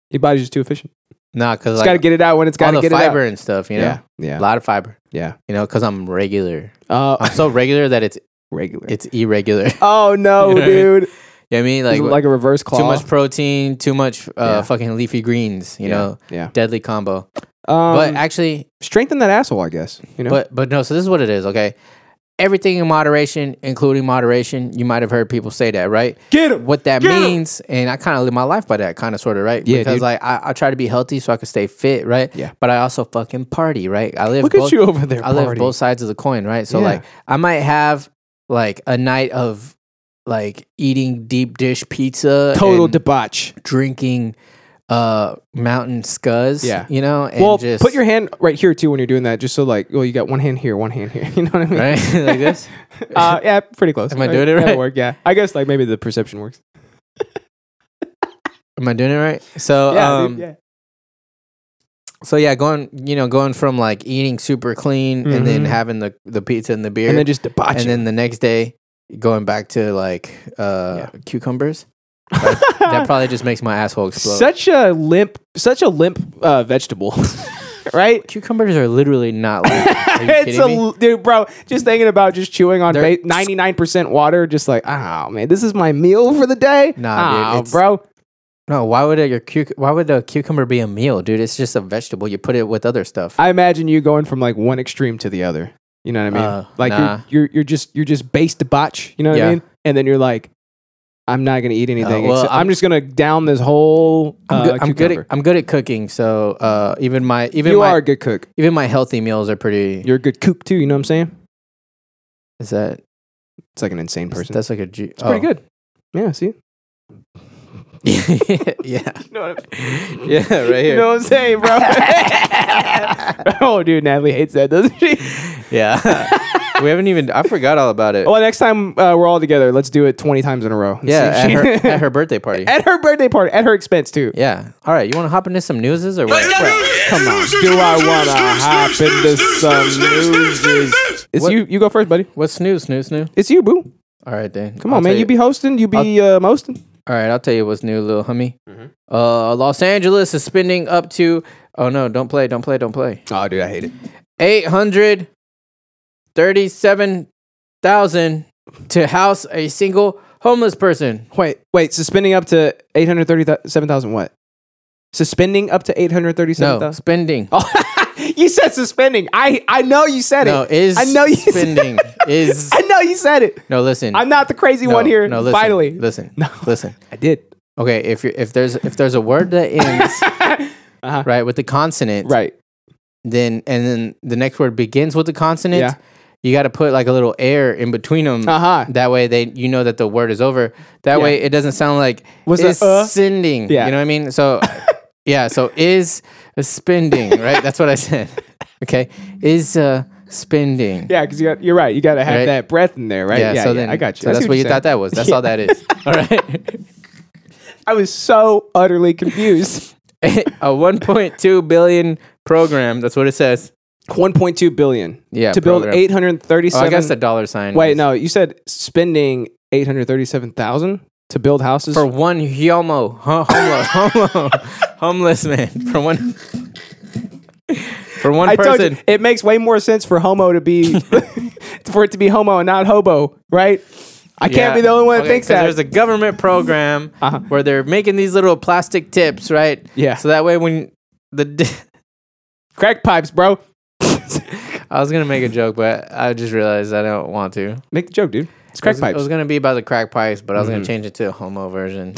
Your body's just too efficient. Nah, because It's got to like get it out when it's got all to the get fiber it out. and stuff. You know, yeah, a lot of fiber. yeah, You know, because I'm regular. yeah. Uh, I'm so regular that it's [laughs] regular. it's irregular. [laughs] oh no, You know what I mean? dude! you know what I mean? Like, Like, like a reverse claw. too much protein, too much uh, Yeah. fucking leafy greens. You know, Yeah. deadly combo. Um, but actually, strengthen that asshole, I guess. You know. But but no, so this is what it is, okay? Everything in moderation, including moderation. You might have heard people say that, right? Get 'em! What that Get 'em! means, and I kind of live my life by that, kind of sort of, right? Yeah, because dude. like I, I try to be healthy so I can stay fit, right? Yeah. But I also fucking party, right? I live. Look both, at you over there. I live partying. both sides of the coin, right? So Yeah. like I might have like a night of like eating deep dish pizza, Total and debauch. drinking uh mountain scuzz, Yeah. you know. And Well, just, put your hand right here too when you're doing that, just so like, well, you got one hand here, one hand here. [laughs] You know what I mean? right [laughs] like this. Uh, yeah, pretty close. Am I doing it That'll right? Work, yeah. I guess like maybe the perception works. Am I doing it right? So Yeah, dude, um yeah. so yeah, going you know going from like eating super clean and then Mhm. having the the pizza and the beer, And then just debauching. and then the next day going back to like uh [laughs] cucumbers. That probably just makes my asshole explode. such a limp, such a limp [laughs] uh, vegetable, [laughs] right? cucumbers are literally [laughs] not like are you it's kidding a me? l- dude, bro. Just thinking about just chewing on They're- ninety nine percent water. Just like, oh man, this is my meal for the day. Nah, dude, Aw, it's- bro. No, why would a, your cuc- why would a cucumber be a meal, dude? It's just a vegetable. You put it with other stuff. I imagine you going from like one extreme to the other. You know what I mean? Uh, like nah. you're, you're you're just you're just base debauch. You know what I Yeah. Uh, mean? And then you're like, I'm not gonna eat anything. well, except- I'm, I'm- just gonna down this whole. I'm, uh, good, I'm good. At, cucumber. I'm good at cooking, so uh, even my even you my are a good cook. even my healthy meals are pretty. You're a good cook too. You know what I'm saying? is that It's like an insane person. that's like a oh. G- it's pretty good. Yeah. See. [laughs] yeah. You know what I'm, Yeah, right here. you know what I'm saying, bro? [laughs] oh, dude, Natalie hates that, doesn't she? [laughs] Yeah. we haven't even I forgot all about it. Well, next time uh, we're all together, let's do it 20 times in a row. and yeah, at see if her, she- at her birthday party. [laughs] at her birthday party, at her expense too. yeah. All right, you want to hop into some newses or what? Come on. Do I want to hop into some news? It's What- you. You go first, buddy. What's new, snooze new? It's you, boo. All right, then. Come on, man. You. be hosting. You be uh, mosting. All right, I'll tell you what's new, little hummy. Uh Los Angeles is spending up to Oh no, don't play, don't play, don't play. Oh, dude, I hate it. 837,000 to house a single homeless person. Wait, wait. Suspending up to eight hundred thirty-seven thousand. What? Suspending up to eight hundred thirty-seven No, thousand. spending. Oh, [laughs] you said suspending. I I know you said No, it. is I know you said- spending is [laughs] I know you said it. No, listen. I'm not the crazy no, one here. No, listen, finally, Listen. No. Listen. I did. Okay, if you are if there's if there's a word [laughs] that ends Uh-huh. right with the consonant, Right. then and then the next word begins with the consonant, Yeah. you got to put like a little air in between them. Uh huh. That way they you know that the word is over. That Yeah. way it doesn't sound like Was that, is uh? sending. Yeah. You know what I mean? [laughs] So yeah, so is spending, right? That's what I said. [laughs] Okay. Is uh spending. Yeah, because you got, you're right. You got to have Right. that breath in there, right? Yeah, so then I got you. So that's, what what you said. thought that was. [laughs] That's all that is. All right. I was so utterly [laughs] confused. a 1.2 billion program. That's what it says. 1.2 billion. Yeah, To build program. Oh, 837. I guess the dollar sign. Wait, is- no, you said spending 837,000 to build houses. For one homo, ho- homo, [laughs] homo, homeless man. For one, for one I told person. you, [laughs] it [laughs] makes way more sense for homo to be, for it to be homo and not hobo, right? I can't be the only one that Okay, thinks 'cause that. There's a government program Uh-huh. where they're making these little plastic tips, right? Yeah. So that way, when the di- Crack pipes, bro. [laughs] I was gonna make a joke, but I just realized I don't want to. Make the joke, dude. It's I crack was, pipes. Mm-hmm. It was gonna be about the crack pipes, but I was gonna change it to a homo [laughs] version.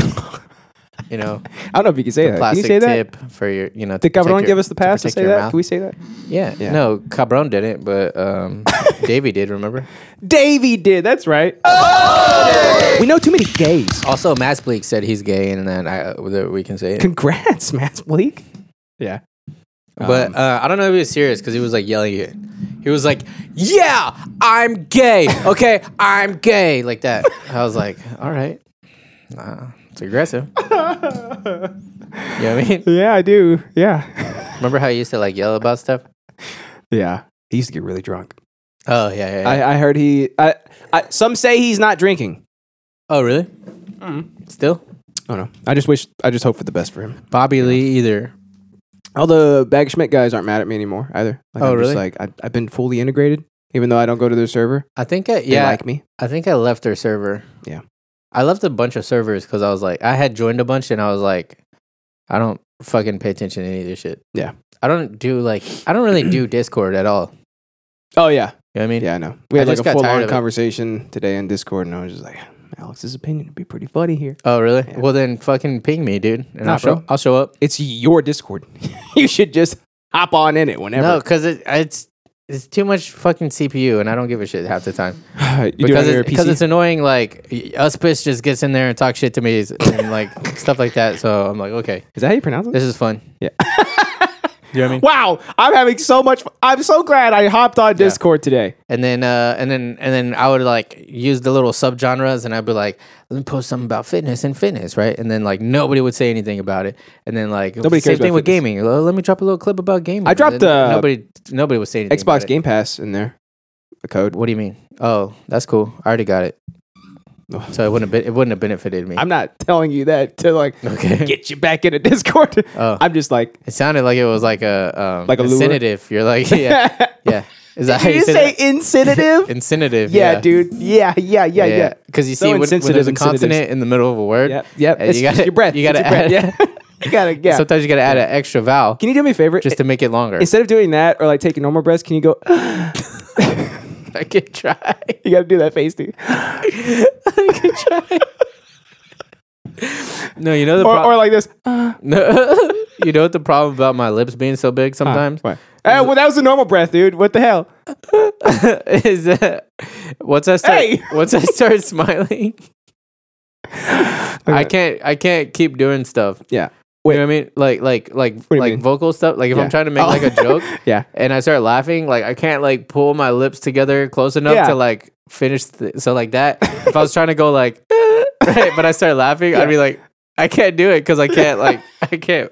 you know, I don't know if you can say that. Uh, Can you plastic say that? tip for your, you know. Did government Gavron give us the pass to say that? Can we say that? yeah. Yeah. No, Cabron didn't, but [laughs] um, Davey did. Remember? Davey did. That's right. Oh! We know too many gays. Also, Matt Bleak said he's gay, and then I, that we can say it. Congrats, [laughs] Matt Bleak. Yeah. But uh, I don't know if he was serious because he was like yelling it. He was like, "Yeah, I'm gay. Okay, I'm gay," like that. I was like, "All right, nah, it's [laughs] aggressive." you know what I mean? Yeah, I do. Yeah. Remember how you used to like yell about stuff? Yeah. He used to get really drunk. Oh yeah, yeah. yeah. I, I heard he. I, I, some say he's not drinking. oh really? Mm-hmm. Still, Oh no. I just wish. I just hope for the best for him. Bobby Lee either. All the Bag Schmidt guys aren't mad at me anymore either. Like, Oh, I'm really? Just like I, I've been fully integrated, even though I don't go to their server. I think I, They yeah. like me. I think I left their server. Yeah. I left a bunch of servers because I was like, I had joined a bunch and I was like, I don't fucking pay attention to any of this shit. Yeah. I don't do like, I don't really [clears throat] do Discord at all. Oh yeah. You know what I mean? Yeah, I know. We I had like just a got full tired on of it. conversation today in Discord, and I was just like, Alex's opinion would be pretty funny here. Oh, really? Yeah. Well, then fucking ping me, dude. And Nah, I'll, show, bro. I'll show up. It's your Discord. [laughs] you should just hop on in it whenever. No, [laughs] because it, it's, it's too much fucking CPU and I don't give a shit half the time. [laughs] you do it because on your it's, because PC? it's annoying. Like, Uspis just gets in there and talks shit to me and [laughs] like stuff like that. So I'm like, okay, Is that how you pronounce it? this is fun. Yeah. you know what I mean? Wow, I'm having so much. Fun. I'm so glad I hopped on Discord today. and then uh, and then and then I would like use the little subgenres, and I'd be like, let me post something about fitness and fitness, right? And then like nobody would say anything about it, and then like Nobody same cares about thing with fitness. gaming. Let let me drop a little clip about gaming. I dropped, Then uh, nobody nobody would say anything. about Xbox it. Game Pass in there. The code. What do you mean? Oh, that's cool. I already [sighs] got it, so it wouldn't have been, it wouldn't have benefited me. I'm not telling you that to like Okay. [laughs] get you back into Discord. Oh. I'm just like, it sounded like it was like a um, Like a lure? incentive. You're like [laughs] [laughs] yeah yeah. Is that how did you you say, say that? [laughs] insensitive? Incentive. yeah, dude. Yeah, yeah, yeah, yeah. Because you So see, when, when insensitive there's a and sensitives. consonant in the middle of a word, Yep, yep. and you gotta, your breath. You gotta It's your add, breath. Yeah, [laughs] you gotta. Yeah. [laughs] Sometimes you gotta add an extra vowel can you do me a favor? just to make it longer. instead of doing that or like taking normal breaths, can you go? [laughs] [gasps] I can try. you gotta do that face, dude. No, you know the Or, problem. or like this. no, you know what the problem about my lips being so big sometimes What? Eh, well, that was a normal breath, dude. What the hell? [laughs] is that once I start Hey! [laughs] once I start smiling, I can't I can't keep doing stuff. Yeah. You know what I mean? Like like like do you like mean? vocal stuff. Like if Yeah. I'm trying to make [laughs] Oh. like a joke, Yeah. and I start laughing, like I can't like pull my lips together close enough Yeah. to like finish. Th- so like that, if I was trying to go like, [laughs] right, but I start laughing, I'd be like, I can't do it because I can't like [laughs] I can't.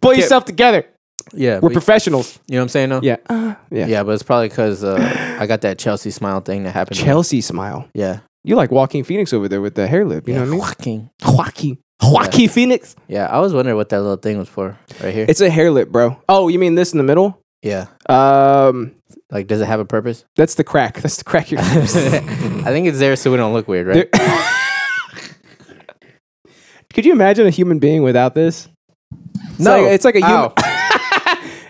Pull yourself together. Yeah, We're but [laughs] professionals. you know what I'm saying? Though? Yeah. Uh, yeah. yeah, but it's probably because uh, I got that Chelsea smile thing that happened. Chelsea smile. yeah, You like Joaquin Phoenix over there with the hair lip. You know what Joaquin. I mean? Joaquin. Joaquin Phoenix. Yeah, I was wondering what that little thing was for right here. It's a hair lip, bro. Oh, you mean this in the middle? yeah, Um, like does it have a purpose? [laughs] that's the crack. That's the crack. You're I think it's there so we don't look weird, right? [laughs] Could you imagine a human being without this? It's like- it's like a human. [laughs] Ow.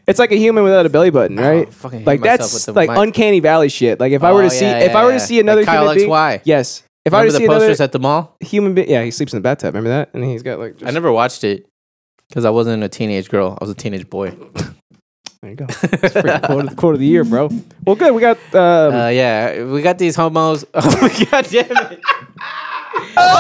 It's like a human without a belly button, right? fucking hit like myself that's with the like mic. uncanny valley shit. Like if I were Oh, to see, yeah, if I yeah, were yeah. to see another Like Kyle human being, XY. yes. If I were Remember to see the another posters at the mall? human being, yeah, he sleeps in the bathtub. Remember that? And he's got like, just, I never watched it because I wasn't a teenage girl. I was a teenage boy. there you go. It's [laughs] freaking quote, of the, quote of the year, bro. Well, good. We got. Um, Uh, yeah, we got these homos. [laughs] Oh my god, damn it! we, got,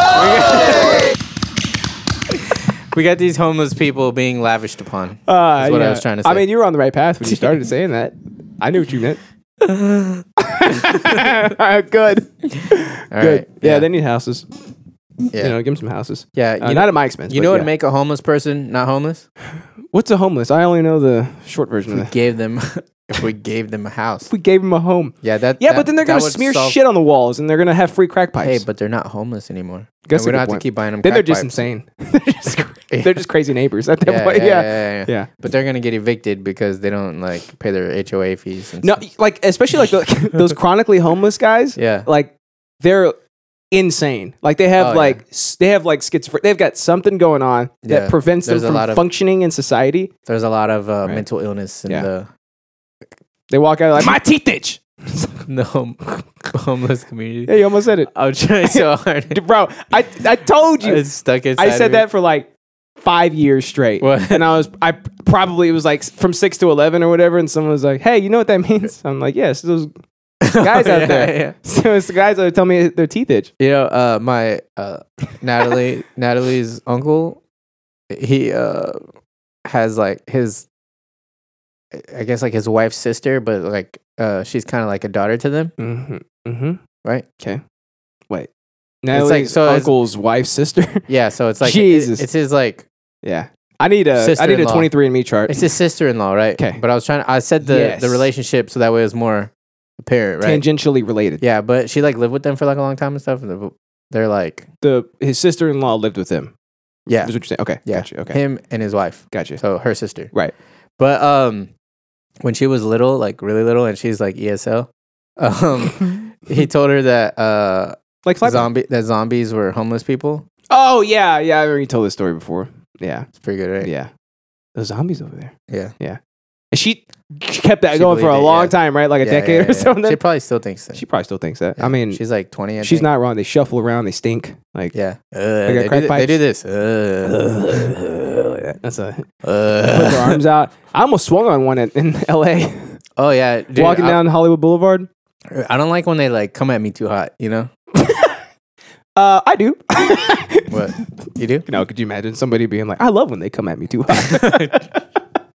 we got these homeless people being lavished upon. Uh, That's what I was trying to I say. mean, you were on the right path when [laughs] you started saying that. I knew what you meant. [laughs] good. All Good. right, Yeah, they need houses. yeah. You know, give them some houses. Yeah, Uh, you not at my expense. You but know what yeah. make a homeless person not homeless? What's a homeless? I only know the short version of that. Gave them, [laughs] if we gave them a house. If we gave them a home. Yeah, that. Yeah, that- but then they're that gonna would smear solve- shit on the walls, and they're gonna have free crack Hey, pipes. but they're not homeless anymore. And we Guess a good don't have point. to keep buying them. then they're crack just pipes. [laughs] insane. they're, just, [laughs] they're just crazy neighbors at that [laughs] Yeah, point. yeah, yeah, yeah, yeah. But they're gonna get evicted because they don't like pay their HOA fees. And No, stuff. [laughs] like especially like the, those chronically homeless guys. Yeah. Like they're insane. Like they have Oh, yeah. like s- they have like schizophrenia. They've got something going on Yeah. that prevents There's a them from lot of- functioning in society. There's a lot of uh, mental illness in Yeah. the They walk out like [laughs] my teeth itch. [laughs] the hom- [laughs] homeless community. Yeah, you almost said it, I'm trying [laughs] so hard. bro. I I told you. It's stuck inside. I of said me. that for like five years straight, What? and I was I probably it was like from six to eleven or whatever, and someone was like, "Hey, you know what that [laughs] means?" I'm like, "Yes, those [laughs] [laughs] guys Oh, out yeah, there." yeah. So it's the guys that tell me their teeth itch. You know, uh, my uh, [laughs] Natalie, Natalie's uncle, he uh, has like his, I guess like his wife's sister, but like uh, she's kind of like a daughter to them. Mm-hmm. Mm-hmm. Right. Okay. Wait. like- Natalie's so it's- uncle's wife's sister. [laughs] Yeah, so it's like it- Jesus. it's his like yeah. I need a I need a Sister-in-law. 23 and me chart. it's his sister in law, right? 'Kay. But I was trying. I said the Yes. the relationship so that way it was more apparent, right? Tangentially related. Yeah, but she like lived with them for like a long time and stuff. and they're- They're like The his sister-in-law lived with him. yeah, Is what you're saying. Okay. Yeah. Gotcha. Okay. him and his wife. Gotcha. So her sister. Right. But um when she was little, like really little, and she's like ESL, [laughs] um he told her that uh like Flyby. zombie that zombies were homeless people. Oh yeah, yeah. I remember you told this story before. Yeah. It's pretty good, right? Yeah. Those zombies over there. Yeah. And she she kept that She going for believed a it, long yeah. time, right? Like a Yeah, decade yeah, or yeah. something. [laughs] She She, probably still thinks that. probably still thinks that. Yeah. I mean, she's, she's like twenty. I think. not wrong. They shuffle around. They stink. [laughs] Like Yeah. Uh, they, crack do, th- they pipes. do this. Uh, that's a [laughs] put their uh. arms out. I almost swung on one in, in L.A. Oh yeah, [laughs] dude, walking I, down Hollywood Boulevard. I don't like when they like come at me too hot. You know Uh, I do. [laughs] what? You do? no, could you imagine somebody being like, "I love when they come at me too [laughs] hard." [laughs]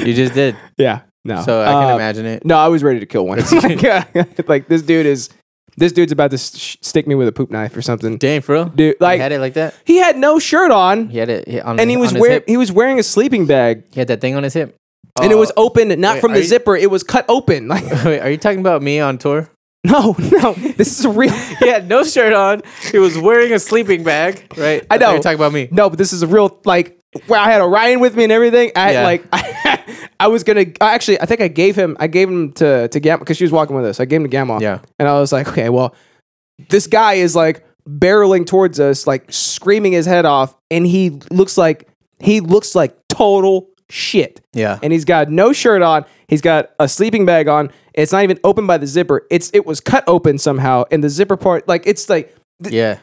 You just did. yeah, no. So I can Uh, imagine it. No, I was ready to kill one. [laughs] like, uh, like, this dude is, this dude's about to sh- stick me with a poop knife or something. Dang, for real? Dude, He like had it like that. he had no shirt on, He had it he- on and he his- was on his wearing hip. he was wearing a sleeping bag, He had that thing on his hip. [laughs] and it Oh. was open, not wait, from are the you- zipper. It was cut open. [laughs] Like, Wait, are you talking about me on tour? no, no, this is real. [laughs] [laughs] He had no shirt on. He was wearing a sleeping bag, right? I thought You know. were talking about me. No, but this is a real like where I had Orion with me and everything. I had, Yeah. like [laughs] I, was gonna I actually I think I gave him I gave him to to Gamma because she was walking with us. I gave him to Gamma. Yeah. and I was like, okay, well, this guy is like barreling towards us, like screaming his head off, and he looks like he looks like total shit. Yeah. And he's got no shirt on. He's got a sleeping bag on. It's not even open by the zipper. It's it was cut open somehow, and the zipper part, like it's like yeah.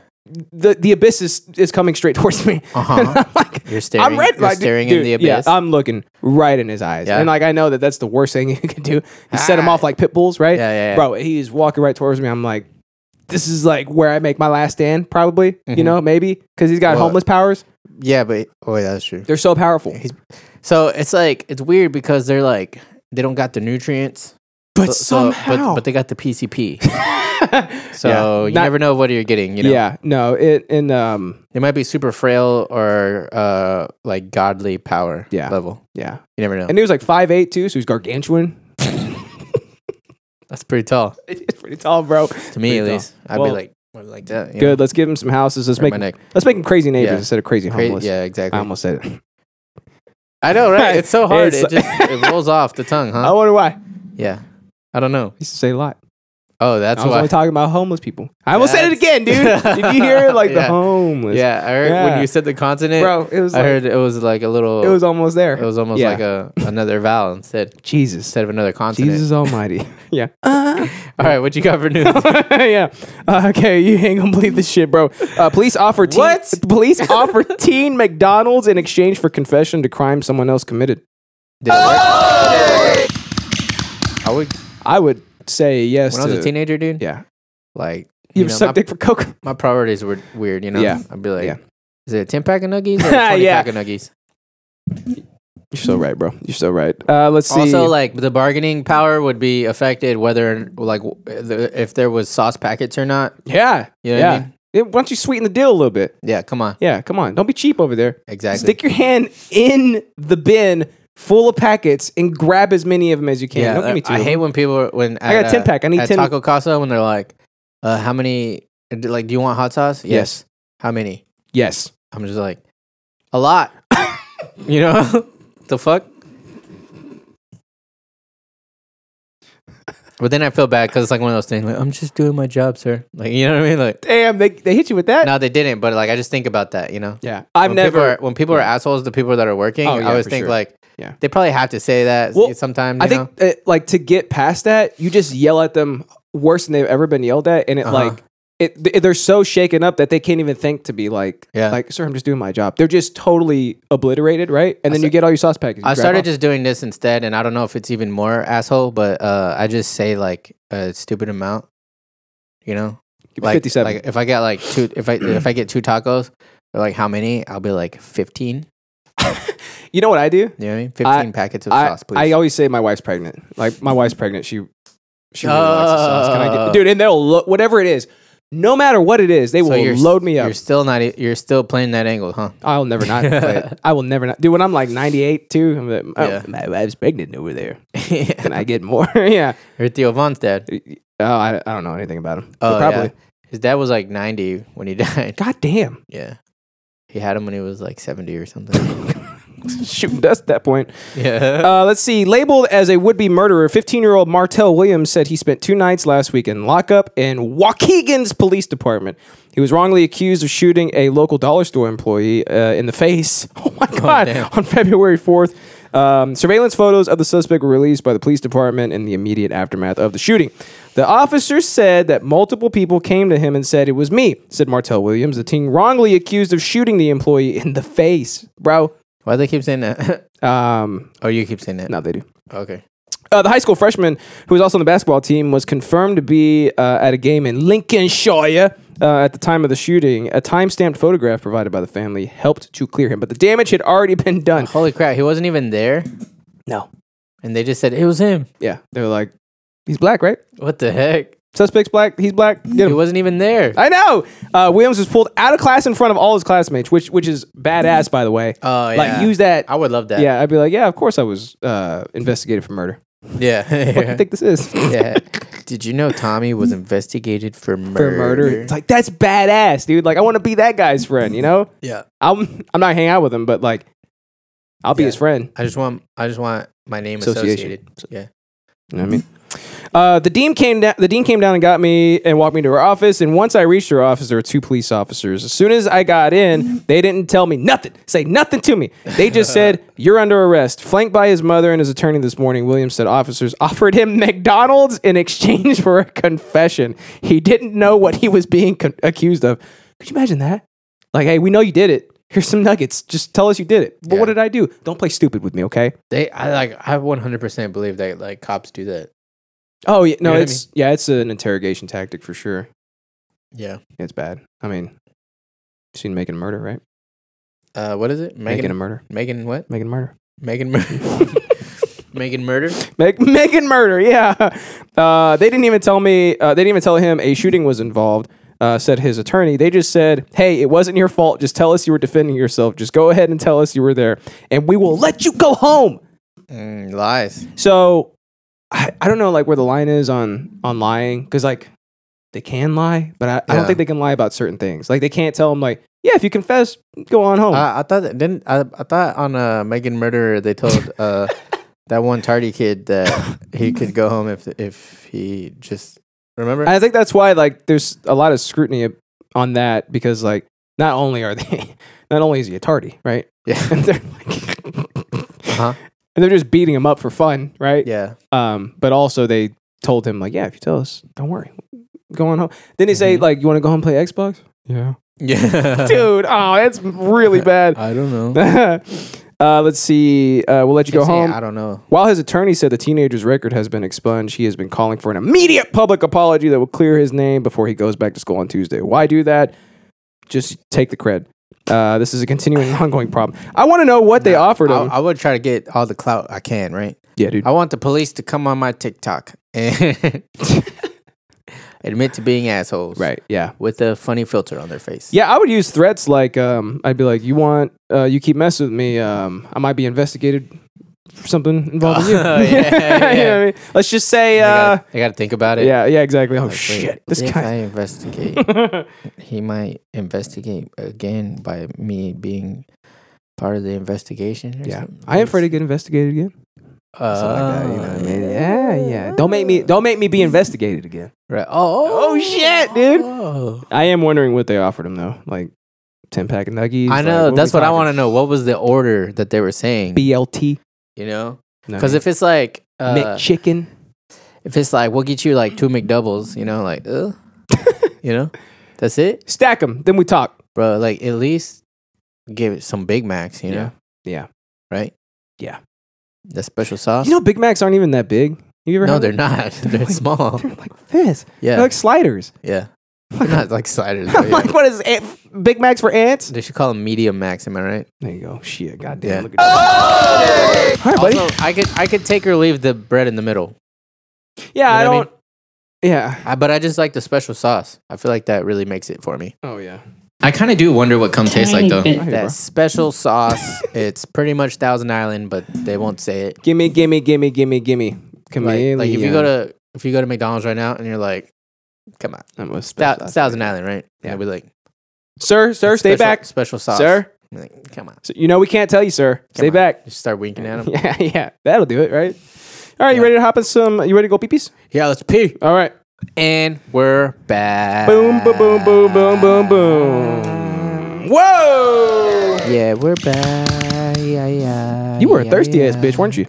the the abyss is is coming straight towards me. Uh-huh. And [laughs] I'm like, You're staring- I'm red, you're like, staring dude, in the yeah, abyss. I'm looking right in his eyes, Yeah. Ah. and like I know that that's the worst thing [laughs] you can do. You set him off like pit bulls, right? Yeah, yeah, yeah. Bro, he's walking right towards me. I'm like, this is like where I make my last stand, probably. You know, maybe because he's got Mm-hmm. Well- homeless powers. Yeah, but oh, yeah, that's true. They're so powerful, So it's like it's weird because they're like they don't got the nutrients, but so- somehow, but, but they got the [laughs] PCP. [laughs] so you Not- never know what you're getting. You know, yeah, no, it and um, they might be super frail or uh like godly power Yeah. level. yeah, You never know. and he was like five eight too, so he's gargantuan. [laughs] that's pretty tall He's pretty tall, bro. to me Pretty at tall. least. I'd Well, be like more like that. you know? Good. Let's give him some houses. Let's Hurt make my him- neck. let's make him crazy neighbors Yeah. instead of crazy Cra- homeless. yeah, exactly. I almost said it. I know, right? It's [laughs] so hard. It's- Oh. it just [laughs] it rolls off the tongue, I huh? wonder why. I Yeah. I don't know. used to say a lot. Oh, that's I was why. only talking about homeless people. I almost said it That's- [laughs] again, dude. Did you hear it? Like the Yeah. homeless. yeah, I heard Yeah. when you said the continent, bro. It was. I like- heard it was like a little. it was almost there. It was almost Yeah. like a another vowel instead [laughs] Jesus. instead of another continent. Jesus Almighty. [laughs] yeah. [laughs] All right, what you got [laughs] for news? yeah. Uh, okay, you ain't gonna believe this shit, bro. Uh, police offer teen, What? [laughs] Police offer teen McDonald's in exchange for confession to crime someone else committed. Did it work? I would. I would say yes. When I was to- a teenager, dude, yeah. like You, you, ever know, suck my, dick for coke? [laughs] my priorities were weird. You know, Yeah. I'd be like, Yeah. is it a ten pack of nuggies or [laughs] a Yeah. twenty pack of nuggies? You're so right, bro. You're so right. Uh, let's see. Mm-hmm. Also, like the bargaining power would be affected whether like w- the- if there was sauce packets or not. yeah, You know what I yeah. Yeah, Why don't you sweeten the deal a little bit? Yeah, come on, Yeah, come on. Don't be cheap over there. exactly. Stick your hand in the bin full of packets and grab as many of them as you can. yeah, don't give me two. I hate when people are- when I got a 10 pack. I need at 10 Taco Casa when they're like, uh, "How many? Like, do you want hot sauce? Yes. How many? yes. I'm just like, a lot. [laughs] you [laughs] know, the fuck. But then I feel bad because it's like one of those things. Like I'm just doing my job, sir. Like you know what I mean? [laughs] Like Damn, they, they hit you with that. no, they didn't. But like I just think about that. You know? Yeah, I've When people never. are, when people are assholes, the people that are working, Oh, yeah, I always for think sure. like Yeah. they probably have to say that Well, sometimes. You I think uh like to get past that, you just yell at them worse than they've ever been yelled at, and it Uh-huh. like it th- they're so shaken up that they can't even think to be like Yeah. like sir, I'm just doing my job. They're just totally obliterated, right? And then you get all your sauce packets. I started just doing this instead, and I don't know if it's even more asshole, but uh, I just say like a stupid amount. You know, like, 57. like if I get like two, if I if I get two tacos, or like how many? I'll be like fifteen. you know what I do? You know what I mean? I- Fifteen packets of I, sauce, please. I always say my wife's pregnant. Like my wife's pregnant. She she really likes the sauce. Can I get, Oh. dude? And they'll lo- whatever it is, no matter what it is, they So will you're s- load me up. You're still not. e- You're still playing that angle, huh? I'll never not. play [laughs] it. I will never not. Dude, when I'm like 98 too, I'm like, oh, Yeah. my wife's pregnant [laughs] over there. Can I get more? [laughs] yeah. Or Theo Von's dad. Oh, I, I don't know anything about him. Oh, But probably. yeah. His dad was like ninety when he [laughs] died. God damn. Yeah, he had him when he was like seventy or something. [laughs] Shooting dust at that point. yeah. Uh, let's see. Labeled as a would be murderer, 15 year old Martell Williams said he spent two nights last week in lockup in Waukegan's police department. He was wrongly accused of shooting a local dollar store employee uh, in the face. [laughs] Oh my God. damn. on February 4th. Um, surveillance photos of the suspect were released by the police department in the immediate aftermath of the shooting. The officer said that multiple people came to him and said, It was me, said Martell Williams, the teen wrongly accused of shooting the employee in the face. Bro. Why do they keep saying that? [laughs] Um, oh, you keep saying that. no, they do. Okay. Uh, the high school freshman who was also on the basketball team was confirmed to be uh, at a game in Lincolnshire uh, at the time of the shooting. A time-stamped photograph provided by the family helped to clear him, but the damage had already been done. Holy crap, he wasn't even there. No, And they just said it was him. yeah, they were like, "He's black, right? What the heck? Suspect's black. He's black. Get He him." wasn't even there. I know. Uh, Williams was pulled out of class in front of all his classmates, which which is badass, by the way. Oh yeah. Like use that. I would love that. Yeah, I'd be like, yeah, of course I was uh, investigated for murder. Yeah. [laughs] What do you think this is? [laughs] yeah. Did you know Tommy was investigated for murder? for murder. It's like that's badass, dude. Like I want to be that guy's friend, you know? Yeah. I'm I'm not hanging out with him, but like I'll be Yeah. his friend. I just want I just want my name Association. associated. Yeah. You know what I mean? Uh, the dean came down. The dean came down and got me and walked me to her office. And once I reached her office, there were two police officers. As soon as I got in, they didn't tell me nothing. Say nothing to me. They just said, "You're under arrest." Flanked by his mother and his attorney this morning, Williams said officers [laughs] offered him McDonald's in exchange for a confession. He didn't know what he was being con- accused of. Could you imagine that? Like, hey, we know you did it. Here's some nuggets. Just tell us you did it. But Yeah. what did I do? Don't play stupid with me, okay? They I like I 100% believe that like cops do that. Oh yeah, no, know what I it's yeah, it's an interrogation tactic for sure. Yeah. It's bad. I mean, you've seen Making a Murder, right? Uh what is it? Making, Megan a Murder. Megan what? Making a Murder. Megan murder. [laughs] [laughs] Megan murder? Make, [laughs] Making Murder, yeah. Uh, they didn't even tell me, uh, they didn't even tell him a shooting was involved, uh, said his attorney. They just said, hey, it wasn't your fault. Just tell us you were defending yourself. Just go ahead and tell us you were there, and we will let you go home. Mm, lies. So I, I don't know, like, where the line is on, on lying, because, like, they can lie, but I, I don't Yeah. think they can lie about certain things. Like, they can't tell him, like, yeah, if you confess, go on home. I, I thought that didn't I, I thought on uh, Megan Murderer they told [laughs] uh, that one tardy kid that he could go home if if he just remember I think that's why like there's a lot of scrutiny ab- on that because like not only are they [laughs] not only is he a tardy, right? [laughs] yeah And they're like [laughs] uh-huh. and they're just beating him up for fun, right? yeah Um, but also they told him like, yeah, if you tell us, don't worry, go on home. Then they say Mhm. like, you want to go home and play Xbox? Yeah, yeah dude. Oh, that's really bad. [laughs] I don't know [laughs] uh, let's see. Uh, we'll let you go home. I don't know While his attorney said the teenager's record has been expunged, he has been calling for an immediate public apology that will clear his name before he goes back to school on Tuesday. Why do that? Just take the cred. Uh, this is a continuing, [laughs] and ongoing problem. I want to know what they offered I, him. I would try to get all the clout I can right yeah, dude. I want the police to come on my TikTok and [laughs] admit to being assholes right. Yeah. with a funny filter on their face Yeah, I would use threats like um, I'd be like, "You want uh, you keep messing with me, um, I might be investigated for something involving you." Oh, [laughs] yeah, [laughs] You know what I yeah. mean? Let's just say, I uh, gotta, I gotta think about it yeah, yeah, exactly. Oh Like, shit, wait, this if I guy. [laughs] investigate he might investigate again by me being part of the investigation. Or yeah, something. Uh, I am afraid to get investigated again. Something like that, you know what I Oh. mean? Yeah, yeah. Don't make me don't make me be investigated again. Right. Oh, Oh shit, dude. oh. I am wondering what they offered him though. Like ten pack of nuggies. I know. that's what I want to know. What was the order that they were saying? BLT. You know, No, because if it's like, uh, McChicken. if it's like, we'll get you like two McDoubles. You know, like, [laughs] uh, you know, that's it, Stack them, then we talk. bro. Like at least give it some Big Macs. You know, Yeah. right? Yeah. The special sauce. You know Big Macs aren't even that big. You ever no, had they're them? [laughs] not. They're like- small. They're like this. They're Yeah, like sliders. [laughs] yeah. They're not like sliders. but I'm yeah. like, what is it? Big Macs for ants? They should call them medium max. Am I [laughs] right? There you go. Shit, goddamn. Yeah. Look at that. All right, buddy. Also, I could I could take or leave the bread in the middle, yeah, I you know what I don't. Yeah. I, but I just like the special sauce. I feel like that really makes it for me. Oh yeah. I kind of do wonder what cum tastes like though. I hear you, bro. That special sauce. it's pretty much Thousand Island, but they won't say it. Gimme, gimme, gimme, gimme, gimme. Like, Chameleon. like if you go to if you go to McDonald's right now and you're like, come on, I'm a Thou- special- Thousand Island, right? Yeah. Yeah, we like Sir, sir, stay special- back. Special sauce, Sir, I'm Like, come on, So- you know we can't tell you, sir. stay on. back. just start winking [laughs] at them. Yeah, yeah. That'll do it, right? All right, you ready to hop in some? You ready to go peepees? Yeah, let's pee. All right. And we're back. Boom, boom, boom, boom, boom, boom, boom. Whoa! Yeah, we're back. Yeah, yeah. You were a yeah, thirsty ass yeah. bitch, weren't you?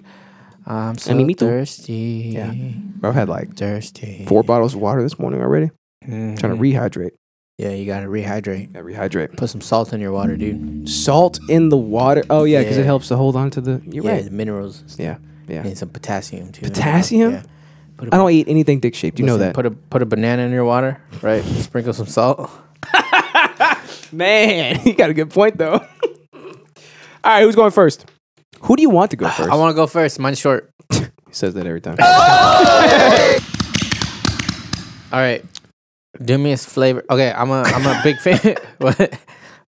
I'm so mean, me too. thirsty. Yeah. Bro, I've had like Thirsty. four bottles of water this morning already. Mhm. Trying to rehydrate. Yeah, you gotta rehydrate. Yeah, rehydrate. Put some salt in your water, dude. Salt in the water. Oh yeah, because Yeah. it helps to hold on to the. You're yeah, right. the minerals. Yeah, yeah. And some potassium too. Potassium? Yeah. Put a, I don't eat anything dick shaped. You know listen, that, Put a put a banana in your water, right? Sprinkle some salt. man. [laughs] You got a good point though. All right, who's going first? Who do you want to go [sighs] first? I want to go first. Mine's short. he says [laughs] that every time. Oh! All right. Do me a flavor. Okay, I'm a I'm a big fan. [laughs] what?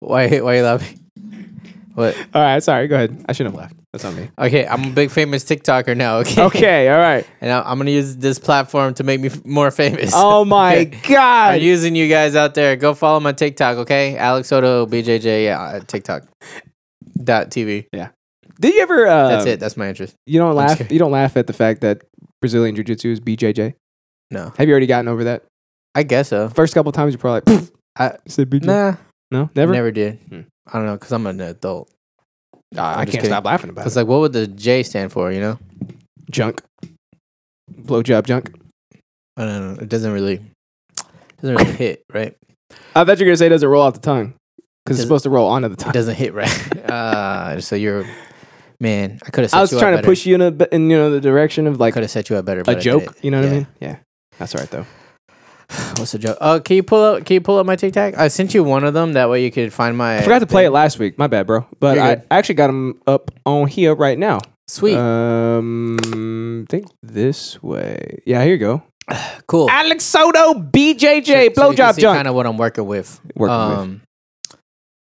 Why why you laughing? What? all right, sorry. Go ahead. I shouldn't have laughed. That's [laughs] on me. Okay, I'm a big famous TikToker now. Okay. Okay, all right. [laughs] and I, I'm gonna use this platform to make me f- more famous. Oh [laughs] my Okay. I'm god, using you guys out there. Go follow my TikTok, okay? Alex Odo BJJ yeah, uh, TikTok dot TV. did you ever? Uh, That's it. That's my interest. You don't laugh. scared. You don't laugh at the fact that Brazilian Jiu Jitsu is BJJ. No, Have you already gotten over that? I guess so. First couple times, you're probably like, I- said BJJ. Nah, No, never, never. never did. Hmm. I don't know because I'm an adult. I'm Ah, I just can't kidding. stop laughing about it. It's like, what would the J stand for? You know, junk, blowjob junk. I don't know. It doesn't really, doesn't really hit right. I thought you were gonna say it doesn't roll off the tongue because it's Does- supposed to roll onto the It tongue. doesn't hit right. [laughs] uh, so you're, man. I could have. I was trying to push you in a bit- in you know the direction of like Could have set you up better. a but I joke. didn't. You know what I Yeah. mean? Yeah, that's all right though. What's the joke? Oh, can you pull up? Can you pull up my TikTok? I sent you one of them. That way you could find my. I forgot to play it last week. My bad, bro. But You're I good. I actually got them up on here right now. Sweet. Uh, Um, think this way. Yeah, here you go. cool. Alex Soto, BJJ, blowjob Kind junk. of what I'm working with. Um, Working with.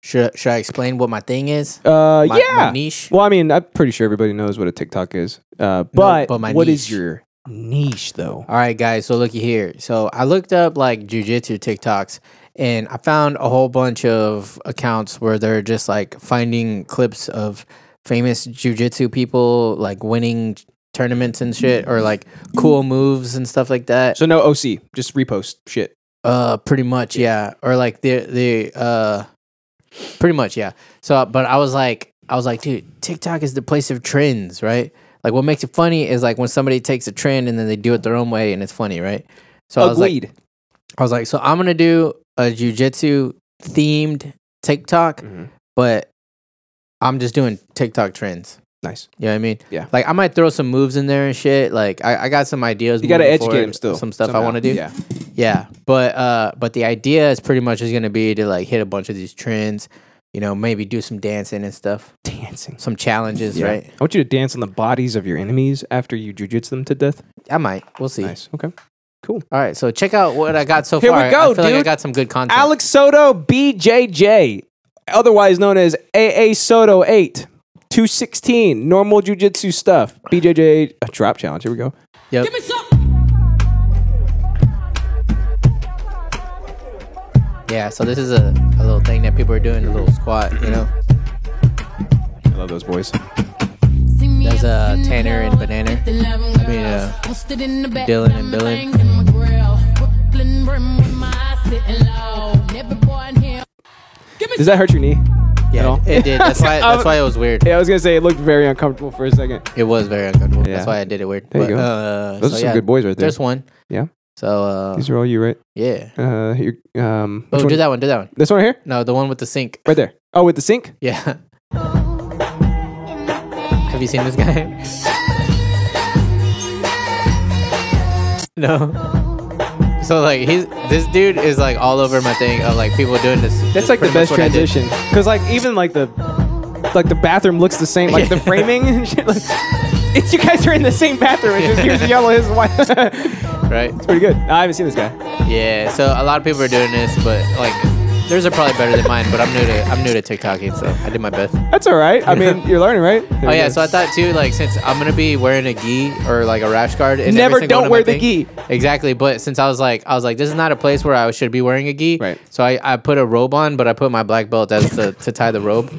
Should Should I explain what my thing is? Uh, My, yeah. My niche. Well, I mean, I'm pretty sure everybody knows what a TikTok is. Uh, but, but my what is niche. your niche though? All right, guys. So looky here. So I looked up like jujitsu TikToks, and I found a whole bunch of accounts where they're just like finding clips of famous jujitsu people like winning tournaments and shit, or like cool moves and stuff like that. So no OC, just repost shit. Uh, pretty much, yeah. Or like the the uh, pretty much, yeah. So, uh, but I was like, I was like, dude, TikTok is the place of trends, right? Like, what makes it funny is like when somebody takes a trend and then they do it their own way and it's funny, right? So I was like, Agreed. I was like, so I'm gonna do a jujitsu themed TikTok, Mhm. but I'm just doing TikTok trends. Nice. You know what I mean? Yeah. Like I might throw some moves in there and shit. Like I, I got some ideas. You got to moving educate forward, him still. Some stuff I somehow. want to do. Yeah. Yeah, but uh, but the idea is pretty much is gonna be to like hit a bunch of these trends, you know, maybe do some dancing and stuff, Dancing. some challenges, Yeah. right? I want you to dance on the bodies of your enemies after you jujitsu them to death. I might. We'll see. Nice. Okay. All right, so check out what I got so Here we far. go, I feel like I dude. got some good content. Alex Soto, BJJ, otherwise known as AA Soto 8. 216 normal jujitsu stuff bjj a drop challenge here we go Yep. Yeah, so this is a, a little thing that people are doing, a little squat, you know? i love those boys Sing me There's uh, Tanner and Banana. I mean, uh, Dylan and Dylan. Does that hurt your knee? Yeah, all? it did. That's why. That's why it was weird. [laughs] Yeah, I was gonna say it looked very uncomfortable for a second. It was very uncomfortable. Yeah. That's why I did it weird. There you go. Uh, Those so are some yeah, good boys right there. There's one. Yeah. So uh, These are all you, right? yeah. Uh, here, um, which Oh, one? do that one. Do that one. This one right here, No, the one with the sink. [laughs] right there. Oh, with the sink. Yeah. Have you seen this guy? [laughs] no. So like he's this dude is like all over my thing of like people doing this. That's like the best transition. Cause like even like the like the bathroom looks the same, like the framing and shit. Like, [laughs] it's you guys are in the same bathroom. It's just here's the yellow, his white. [laughs] Pretty Right. good. I haven't seen this guy. Yeah. So a lot of people are doing this, but like theirs are probably better than mine. But I'm new to I'm new to TikToking, so I did my best. That's all right. [laughs] I mean, you're learning, right? Oh yeah, so I thought too, like since I'm gonna be wearing a gi or like a rash guard, and Never don't wear the gi. Exactly, but since I was like, I was like, this is not a place where I should be wearing a gi. Right. So I, I put a robe on, but I put my black belt as to, to tie the robe.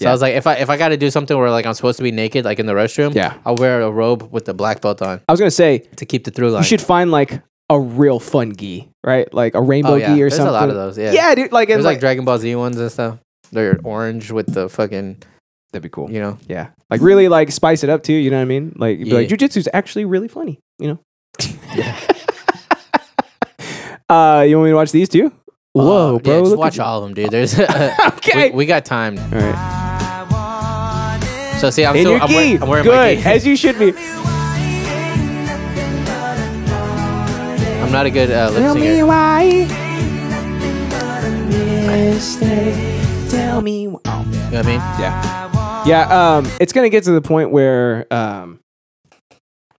So I was like, if I if I got to do something where like I'm supposed to be naked, like in the restroom, Yeah. I'll wear a robe with the black belt on I was gonna say to keep the through line. you should find like a real fun gi, right? Like a rainbow Oh, yeah. gi or There's a something. lot of those, yeah. Yeah, dude. Like it's There's like, like, Dragon Ball Z ones and stuff. They're orange with the fucking, that'd be cool. you know. Yeah, like really like spice it up too. You know what I mean? Like you'd be like Yeah. jujitsu's actually really funny. You [laughs] know. [laughs] uh, you want me to watch these two? Whoa, Uh, bro! Yeah, just look at watch you. all of them, dude. [laughs] There's [laughs] Okay. We, we got time. All right. So see, I'm And still your I'm, gi. wearing, I'm wearing my Good, gi. as you should [laughs] be. I'm not a good uh, lip singer. why. Tell me why. You know what I mean? Yeah. Yeah, um, it's gonna get to the point where um I'm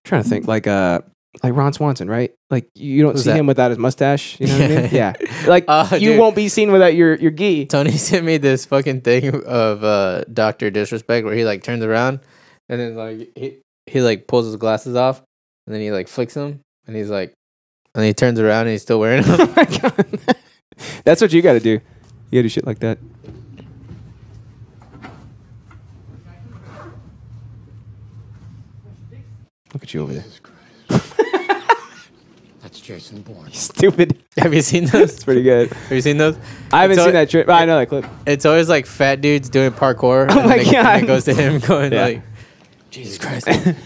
trying to think, like uh like Ron Swanson, right? Like you don't Mm-hmm. Who's see that? him without his mustache. You know what I mean? Yeah. [laughs] Yeah. Like Oh, you dude. won't be seen without your your [laughs] gi. Tony sent me this fucking thing of uh, Doctor Disrespect where he like turns around and then like he he like pulls his glasses off and then he like flicks them and he's like and he turns around and he's still wearing them. [laughs] Oh my God. That's what you gotta do. You gotta do shit like that. Look at you over there. [laughs] That's Jason Bourne. Stupid. Have you seen those? It's pretty good. Have you seen those? I haven't It's al- seen that trip. I know that clip. It's always like fat dudes doing [laughs] parkour. Oh my and it- God. And it goes to him going Yeah. like, Jesus Christ. That's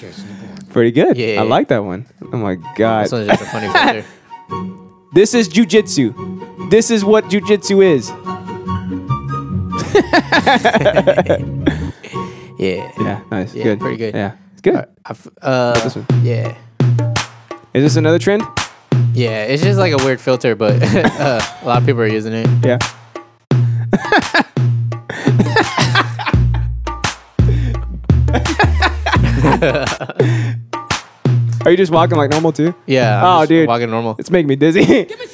Jason Bourne. Pretty good. Yeah. I like that one. Oh my god. This one's just a [laughs] funny picture. This is jujitsu. This is what jujitsu is. Yeah. Yeah, nice. Yeah, good. pretty good. Yeah, it's good. I f- uh, This one. yeah. Is this another trend? Yeah, it's just like a weird filter, but [laughs] uh, a lot of people are using it. Yeah. [laughs] Are you just walking like normal too? Yeah. I'm Oh, just dude. Walking normal. It's making me dizzy.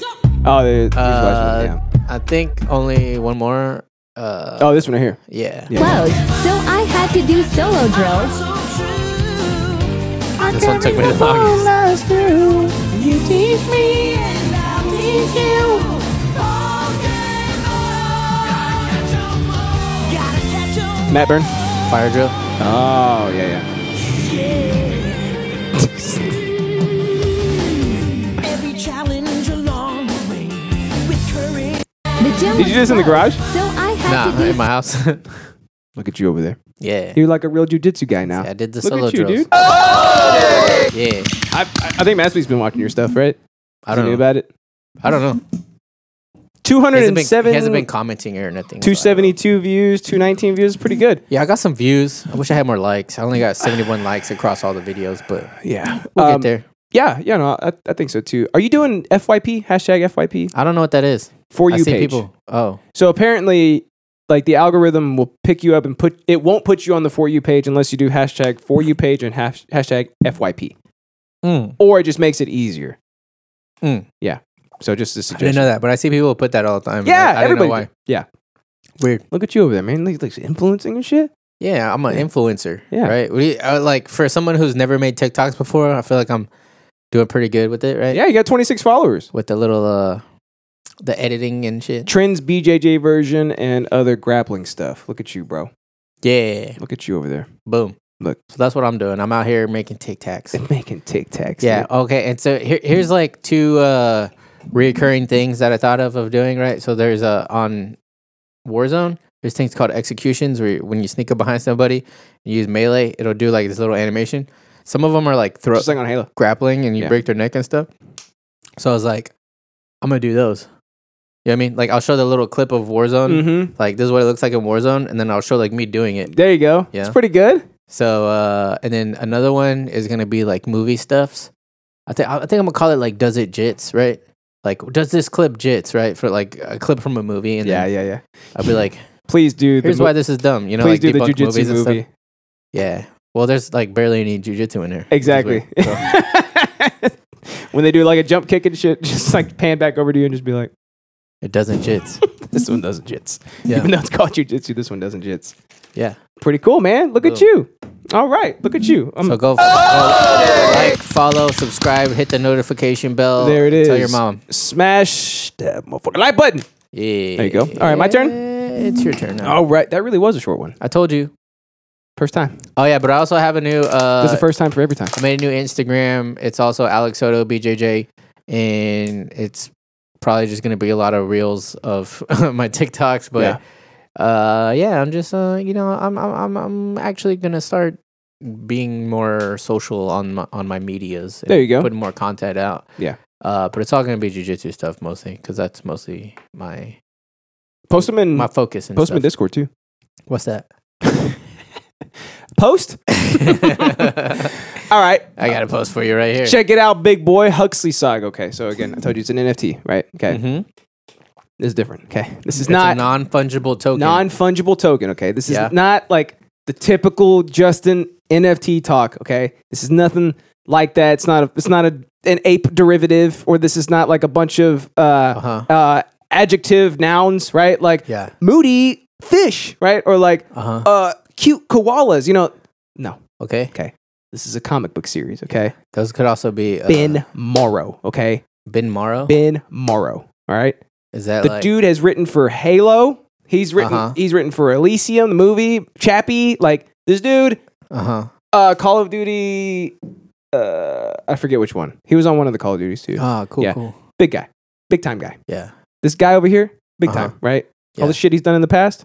[laughs] oh, there, there's the last Uh, one. I think only one more. Uh, Yeah. Oh, this one right here. yeah. Yeah. Close, so I had to do solo drills. This one took me the longest. Matt Burn. Fire drill. Oh, yeah, yeah. Every challenge along the way with courage. The gym Did you do this in the garage? So I had Nah, to do in my house. [laughs] Look at you over there. yeah. You're like a real jujitsu guy now. I did the Look solo at you, drills. dude. I, Yeah. I, I think Massby's been watching your stuff, right? I don't He knew know. about it. I don't know. He hasn't, been, he 207 hasn't been commenting or nothing. so I don't know. 272 views, 219 views, pretty good. Yeah, I got some views. I wish I had more likes. I only got 71 likes across all the videos, but Yeah. we'll get there. Um, Yeah, yeah, no, I, I think so too. Are you doing FYP, hashtag FYP, I don't know what that is. for I you see page? people. Oh. So apparently, like the algorithm will pick you up and put, it won't put you on the For You page unless you do hashtag For You page and hash, hashtag FYP. Mm. Or it just makes it easier. Mm. Yeah. So just a I didn't suggestion. know that, but I see people put that all the time. Yeah, I, I everybody. Don't know why. do- Yeah. Weird. Look at you over there, man. Like, like influencing and shit. Yeah, I'm an influencer. Yeah. Yeah. Right. We, uh, like for someone who's never made TikToks before, I feel like I'm doing pretty good with it. Right. Yeah, you got 26 followers. With the little uh, the editing and shit. Trends BJJ version and other grappling stuff. Look at you, bro. Yeah. Look at you over there. Boom. Look. So that's what I'm doing. I'm out here making Tic [laughs] Tacs. Making Tic Tacs. Yeah. dude. Okay. And so here, here's like two uh reoccurring things that I thought of of doing. Right. So there's uh, on Warzone. There's things called executions where you- when you sneak up behind somebody and you use melee, it'll do like this little animation. Some of them are like throw Just like on Halo. grappling and you Yeah. break their neck and stuff. So I was like, I'm gonna do those. You know what I mean? Like I'll show the little clip of Warzone. Mm-hmm. Like this is what it looks like in Warzone, and then I'll show like me doing it. There you go. Yeah. It's pretty good. So, uh, and then another one is gonna be like movie stuffs. I think I think I'm gonna call it like "Does it jits?" Right? Like, does this clip jits? Right? For like a clip from a movie, and Yeah, then yeah, yeah. I'll be like, Please do [laughs] the "Here's mo- why this is dumb." You know, please like do the debunk jujitsu movies and movie. stuff. Yeah. Well, there's like barely any jujitsu in here. which is Exactly. weird. So- [laughs] when they do like a jump kick and shit, [laughs] just like pan back over to you and just be like, it doesn't jits. "This one doesn't jits." [laughs] Yeah. Even though it's called jujitsu, this one doesn't jits. [laughs] Yeah. Pretty cool, man. Look at Cool. you. All right, look at you. I'm, So go, go like, follow, subscribe, hit the notification bell. there it is. Oh, Tell your mom. Smash that motherfucker like button. Yeah. There you go. All right, my turn. Oh. It's your turn now. All right, that really was a short one. I told you. First time. Oh yeah, but I also have a new. Uh, That's the first time for every time. I made a new Instagram. It's also Alex Soto BJJ, and it's probably just gonna be a lot of reels of [laughs] my TikToks. But uh, yeah, I'm just uh, you know, I'm I'm I'm I'm actually gonna start being more social on my on my medias. and There you go. Putting more content out. Yeah. Uh, but it's all gonna be jujitsu stuff mostly because that's mostly my Mm-hmm. Post them in. my focus. And post them in stuff. Discord too. What's that? Post. [laughs] All right. I got a post for you right here. Uh, Check it out, big boy Huxley Sog. Okay, so again, I told you it's an NFT, right? Okay, Mhm. this is different. Okay, this is It's not a non fungible token. non fungible token. Okay, this is Yeah. not like the typical Justin NFT talk. Okay, this is nothing like that. It's not a it's not a an ape derivative, or this is not like a bunch of uh, Uh-huh. uh, adjective nouns, right? Like Yeah. moody fish, right? Or like Uh-huh. uh, cute koalas. You know, no. Okay. Okay, this is a comic book series. Okay, Those could also be uh, Ben Morrow. Okay, Ben Morrow. Ben Morrow. All right. Is that The like dude has written for Halo. He's written Uh-huh. he's written for Elysium, the movie, Chappie. Like this dude, Uh huh. uh, Call of Duty. Uh, I forget which one. He was on one of the Call of Duties too. Ah, cool, Yeah. cool. big guy, big time guy. Yeah. This guy over here, big Uh-huh. time, right? Yeah. All the shit he's done in the past,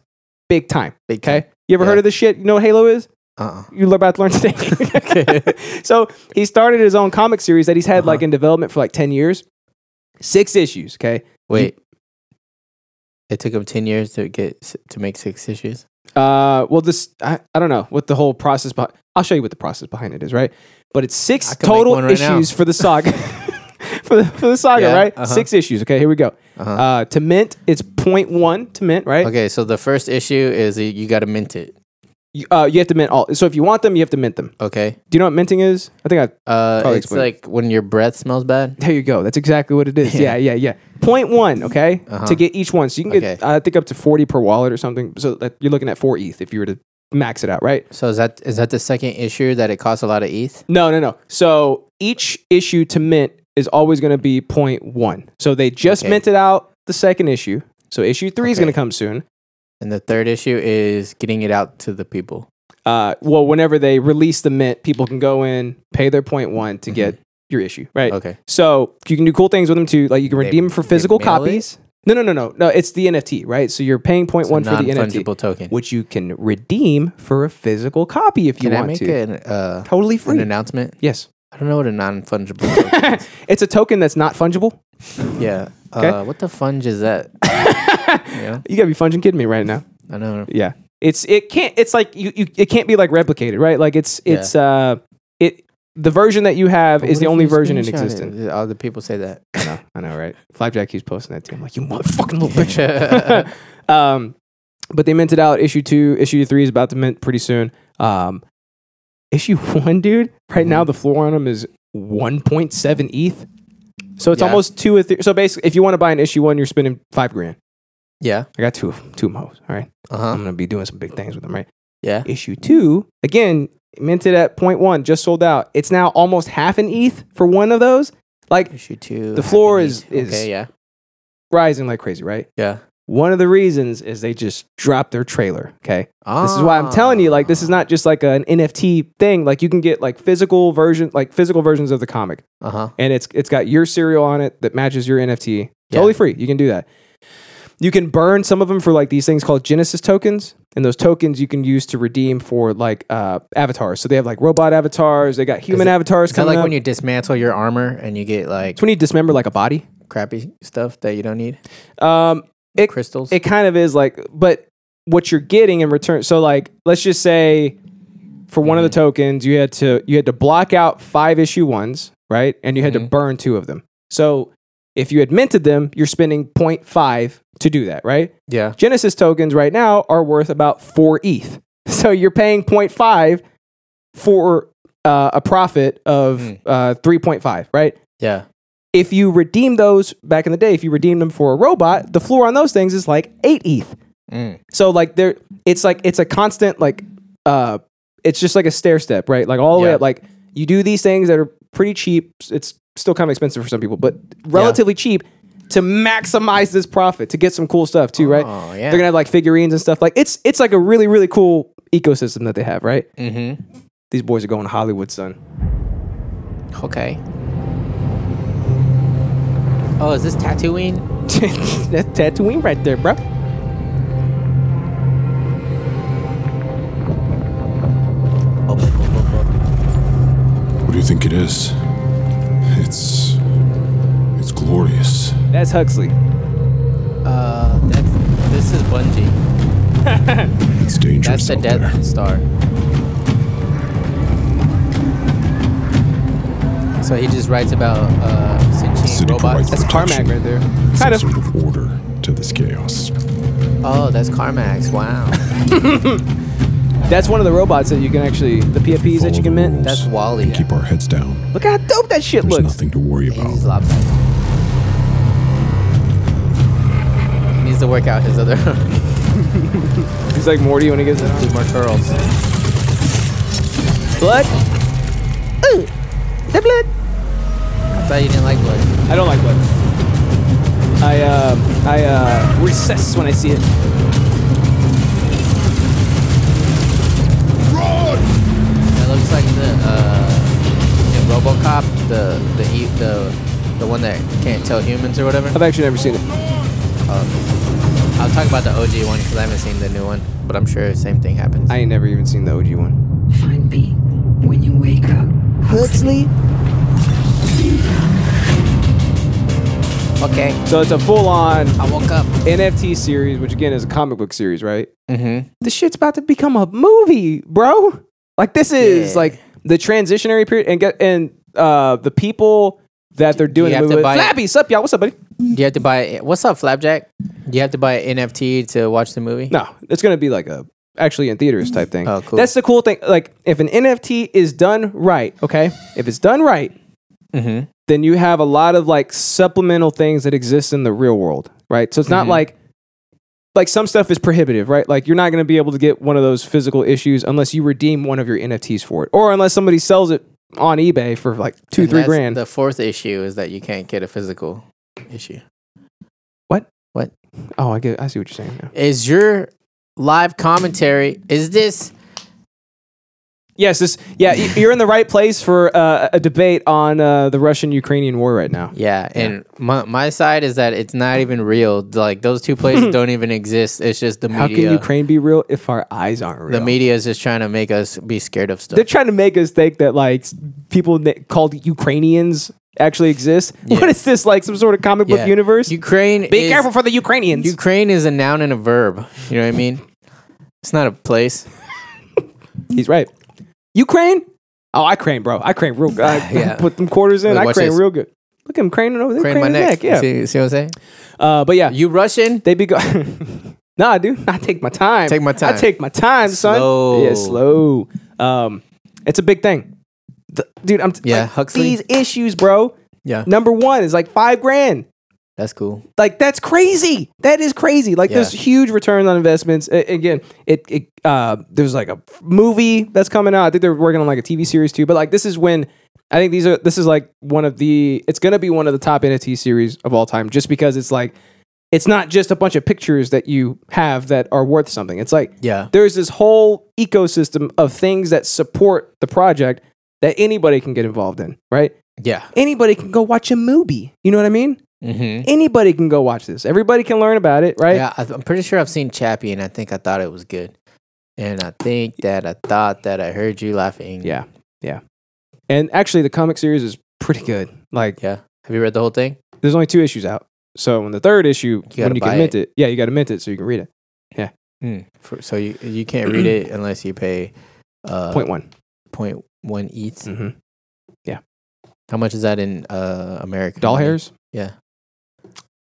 big time. Big Okay, you ever Yeah. heard of this shit? You know what Halo is? Uh uh You're about to learn today. [laughs] [laughs] so he started his own comic series that he's had Uh-huh. like in development for like ten years, six issues. Okay, Wait. It took him ten years to get s- to make six issues. Uh, well, this I, I don't know what the whole process. Behind, I'll show you what the process behind it is, right? But it's I six can make total one right now. issues for [laughs] the saga, [laughs] for the for the saga, Yeah, right? uh-huh. Six issues. Okay, here we go. Uh-huh. Uh, to mint, it's point one to mint, right? Okay, so the first issue is you- you got to mint it. You, uh, you have to mint all. So if you want them, you have to mint them. Okay. Do you know what minting is? I think I. Uh, Probably it's explain. like when your breath smells bad. There you go. That's exactly what it is. Yeah, Yeah. yeah, yeah. Point one, okay, Uh-huh. to get each one. So you can get, Okay. I think, up to forty per wallet or something. So that you're looking at four ETH if you were to max it out, right? So is that is that the second issue that it costs a lot of ETH? No, no, no. So each issue to mint is always going to be 0.1. So they just Okay. minted out the second issue. So issue three is Okay. going to come soon. And the third issue is getting it out to the people. Uh, well, whenever they release the mint, people can go in, pay their 0.1 to get your issue, right? Mm-hmm. Okay. So you can do cool things with them too. Like you can They- redeem them for they physical mail it? copies. No, no, no, no, no. It's the NFT, right? So you're paying It's a 0.1 for the non-fungible NFT, token. which you can redeem for a physical copy if you Can I want make to. an uh, Totally an free. announcement? yes. I don't know what a non-fungible token is. It's a token that's not fungible. Yeah. Okay. Uh, what the funge is [laughs] that? yeah, You gotta be funging kidding me right now. I know. Yeah. It's it can't it's like you, you it can't be like replicated, right? Like it's it's uh it the version that you have is the only version in existence. All the people say [laughs] that. I know, I know, right? Flapjack keeps posting that too. I'm like, you motherfucking [laughs] little bitch. [laughs] um but they minted out issue two, issue three is about to mint pretty soon. Um issue [laughs] one, dude, right now Mm-hmm. the floor on them is one point seven ETH. So it's Yeah. almost two Ether- so basically if you want to buy an issue one, you're spending five grand. Yeah. I got two of 'em- two of 'em hoes, all right? Uh I'm huh. gonna be doing some big things with them, right? Yeah. issue two again minted at 0.1 just sold out it's now almost half an eth for one of those like Issue two. The floor happened. is- is- okay. Yeah. rising like crazy right Yeah. One of the reasons is they just dropped their trailer. Okay. This is why I'm telling you, like, this Ah. is not just like an NFT thing. Like, you can get like physical version, like physical versions of the comic, Uh huh. and it's it's got your serial on it that matches your NFT. Yeah. Totally free. You can do that. You can burn some of them for like these things called Genesis tokens, and those tokens you can use to redeem for like uh, avatars. So they have like robot avatars. They got human it- avatars. It's kind of Coming like up. when you dismantle your armor and you get like It's when you dismember like a body. crappy stuff that you don't need. Um, it, Crystals. it kind of is like, but what you're getting in return. So like, let's just say for one of the tokens, you had to you had to block out five issue ones, right? And you had to burn two of them. So if you had minted them, you're spending 0.5 to do that, right? yeah. Genesis tokens right now are worth about four ETH. [laughs] So you're paying 0.5 for uh, a profit of Mm. uh, 3.5, right? Yeah. if you redeem those back in the day, if you redeem them for a robot, the floor on those things is like eight ETH. Mm. So like there, it's like it's a constant like uh, it's just like a stair step, right? Like all the way Yeah. up. Like you do these things that are pretty cheap. It's still kind of expensive for some people, but relatively cheap to maximize this profit to get some cool stuff too, right? Oh, yeah. They're gonna have like figurines and stuff. Like it's it's like a really really cool ecosystem that they have, right? Mm-hmm. These boys are going to Hollywood, son. [laughs] Okay. Oh, is this Tatooine? That's Tatooine right there, bro. What do you think it is? It's. It's glorious. That's Huxley. Uh, that's this is Bungie. [laughs] It's dangerous. That's the out Death there. Star. So he just writes about uh, Sentient City robots. provides That's Carmack protection. right there. Some Kind of. sort of order to this chaos. Oh, that's [laughs] Carmax. Wow. That's one of the robots that you can actually the PFPs that you can mint. Follow the That's That's rules Wally. and Keep our heads down. look how dope that shit There's looks. nothing to worry about. He's lopsided. He needs to work out his other [laughs] do He's like Morty when he gets it on. more curls. blood. Ooh, the blood. I thought you didn't like blood. I don't like blood. I um I uh recess when I see it. That looks like the uh, in RoboCop, the the e- the the one that can't tell humans or whatever. I've actually never seen it. I'll talk about the OG one because I haven't seen the new one, but I'm sure the same thing happens. I ain't never even seen the OG one. Find me when you wake up. Huxley. okay, So it's a full on I woke up. NFT series, which again is a comic book series, right? Mm-hmm. this shit's about to become a movie, bro. Like this is Yeah. like the transitionary period, and get and uh the people that they're doing You the have movie. to with- buy- Flappy, sup, y'all? What's up, buddy? You have to buy. What's up, Flapjack? You have to buy an NFT to watch the movie. No, it's gonna be like a actually in theaters type thing. Oh, cool. That's the cool thing. Like if an NFT is done right, okay, if it's done right, Mm-hmm. then you have a lot of like supplemental things that exist in the real world, right? So it's Mm-hmm. not like like some stuff is prohibitive, right? Like you're not going to be able to get one of those physical issues unless you redeem one of your NFTs for it, or unless somebody sells it on eBay for like two, three grand. The fourth issue is that you can't get a physical issue. oh, I get, I see what you're saying. Now. Is your live commentary? Is this? Yes, this, yeah, y- you're in the right place for uh, a debate on uh, the Russian-Ukrainian war right now. Yeah, and my my side is that it's not even real. Like those two [laughs] places don't even exist. It's just the How media. can Ukraine be real if our eyes aren't real? the media is just trying to make us be scared of stuff. They're trying to make us think that like s- people na- called Ukrainians actually exist. [laughs] What is this like some sort of comic Yeah. book universe? Ukraine. Be is- careful for the Ukrainians. Ukraine is a noun and a verb. You know what I mean? It's not a place. He's right. Ukraine? Oh, I crane, bro. I crane [laughs] real good. I Yeah. put them quarters in. Wait, I watch crane this. real good. Look at him craning over there. Crane my craning neck. his neck. Yeah. See, see what I'm saying? Uh, but yeah, You Russian? they be go. [laughs] nah, dude. I take my time. Take my time. I take my time, son. Slow. Yeah, slow. Um, it's a big thing. The- dude, I'm t- Yeah, like, Huxley. these issues, bro. Yeah. Number one is like five grand. That's cool. like that's crazy that is crazy like Yeah. there's huge returns on investments A- again it, it uh there's like a movie that's coming out i think they're working on like a tv series too but like this is when i think these are this is like one of the it's gonna be one of the top nft series of all time just because it's like it's not just a bunch of pictures that you have that are worth something. It's like Yeah. there's this whole ecosystem of things that support the project that anybody can get involved in, right? Yeah. Anybody can go watch a movie. You know what I mean? Mm-hmm. Anybody can go watch this. Everybody can learn about it, right? Yeah, I th- I'm pretty sure I've seen Chappie, and I think I thought it was good. And I think that I thought that I heard you laughing. Yeah. Yeah. And actually the comic series is pretty good. Like yeah. Have you read the whole thing? there's only two issues out. So when the third issue, gotta when you buy can mint it. yeah, you got to mint it so you can read it. Mm. For, so you you can't read it unless you pay uh, Point one. point one ETH. Mm-hmm. How much is that in uh, America? Doll hairs, Yeah.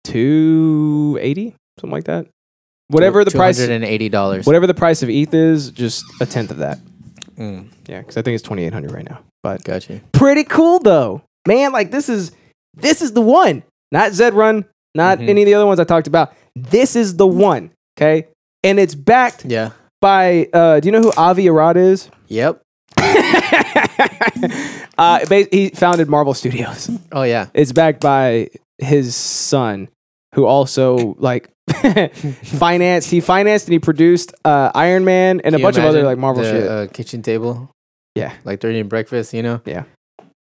two eighty, something like that. Whatever the price, Two hundred and eighty dollars. whatever the price of ETH is, just a tenth of that. Mm, Yeah, because I think it's twenty eight hundred right now. But got you. pretty cool though, man. Like this is this is the one. Not Zed Run, not Mhm. any of the other ones I talked about. This is the one. Okay, and it's backed Yeah. by. Uh, do you know who Avi [laughs] Arad is? Yep. uh, ba- he founded Marvel Studios. Oh yeah. It's backed by his son, who also like [laughs] financed. He financed and he produced uh, Iron Man Can and a you bunch of other imagine like Marvel the, shit. Uh, kitchen table. Yeah. Like they're eating breakfast, you know. Yeah.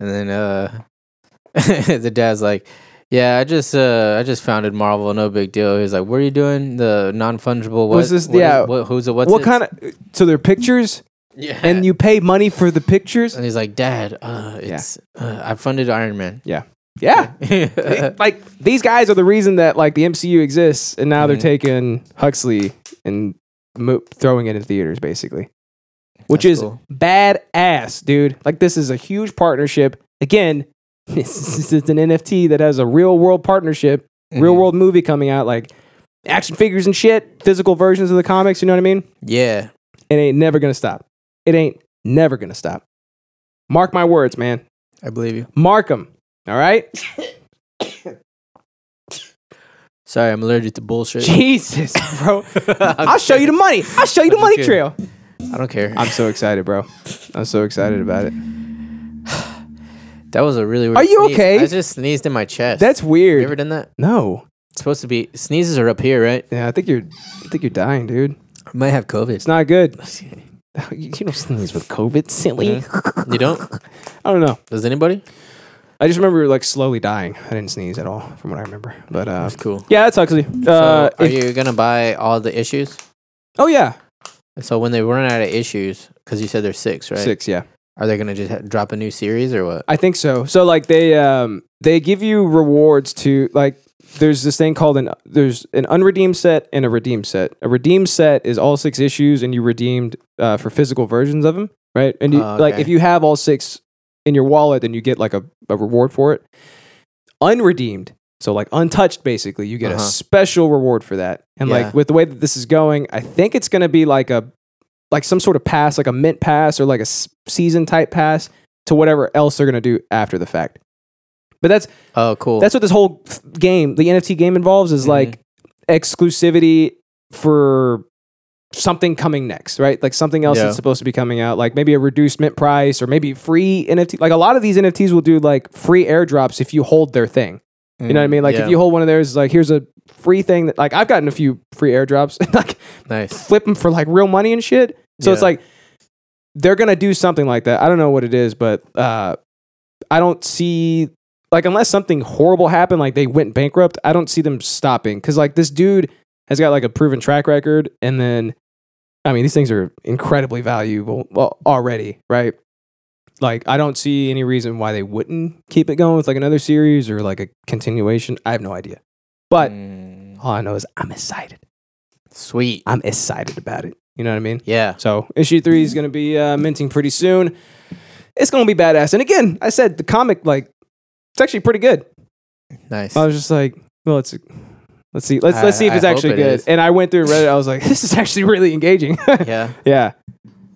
And then uh, [laughs] the dad's like, "Yeah, I just uh, I just founded Marvel. No big deal." He's like, "What are you doing? The non fungible what? What's this- what is- yeah. what, who's it? What's what it?" kind of? So they're pictures, [laughs] Yeah. and you pay money for the pictures. And he's like, "Dad, uh, it's uh, I funded Iron Man." [laughs] Yeah, It- like these guys are the reason that like the MCU exists, and now they're Mhm. taking Huxley and mo- throwing it in theaters, basically, which That's is cool. badass, dude. Like this is a huge partnership. Again, [laughs] this is an NFT that has a real world partnership, real Mhm. world movie coming out, like action figures and shit, physical versions of the comics. You know what I mean? Yeah. It ain't never gonna stop. It ain't never gonna stop. Mark my words, man. I believe you. Mark them. [laughs] All right. Sorry, I'm allergic to bullshit. [laughs] Jesus, bro. I'll show you the money. I'll show you the money kidding. trail. I don't care. I'm so excited, bro. I'm so excited about it. That was a really. Weird Are you sneeze. okay? I just sneezed in my chest. That's you ever weird. done that? No. It's supposed to be sneezes are up here, right? Yeah, I think you're. I think you're dying, dude. I might have COVID. It's not good. You don't sneeze with COVID, silly. you don't? [laughs] I don't know. Does anybody? I just remember like slowly dying. I didn't sneeze at all, from what I remember. But uh, That's cool. yeah, that's Huxley. Uh, so are if- you gonna buy all the issues? oh yeah, So when they run out of issues, because you said there's six, right? six. Yeah, Are they gonna just ha- drop a new series or what? I think so. So like they um they give you rewards to like there's this thing called an there's an unredeemed set and a redeemed set. A redeemed set is all six issues and you redeemed uh, for physical versions of them, right? And you Oh, like okay. if you have all six in your wallet, then you get like a, a reward for it. Unredeemed, so like untouched, basically, you get a Uh-huh. special reward for that. And Yeah. like with the way that this is going, I think it's going to be like a like some sort of pass, like a mint pass or like a s- season type pass to whatever else they're going to do after the fact. But that's Oh, cool. that's what this whole f- game, the NFT game involves is Mhm. like exclusivity for something coming next, right? Like something else Yeah. that's supposed to be coming out, like maybe a reduced mint price or maybe free NFT. Like a lot of these NFTs will do like free airdrops if you hold their thing. You know what I mean? Like if you hold one of theirs, it's like here's a free thing that like I've gotten a few free airdrops, [laughs] like [laughs] nice. flip them for like real money and shit. So it's Yeah. like they're gonna do something like that. I don't know what it is, but uh, I don't see like unless something horrible happened, like they went bankrupt. I don't see them stopping because like this dude has got like a proven track record, and then I mean these things are incredibly valuable well, already, right? Like I don't see any reason why they wouldn't keep it going with like another series or like a continuation. I have no idea, but Mm, all I know is I'm excited. sweet. I'm excited about it. You know what I mean? Yeah. So issue three is going to be uh, minting pretty soon. It's going to be badass. And again, I said the comic like it's actually pretty good. Nice. I was just like, well, it's let's see, let's let's I- see if I it's hope actually it good. is. And I went through and read it. I was like, [laughs] this is actually really engaging. [laughs] yeah. yeah,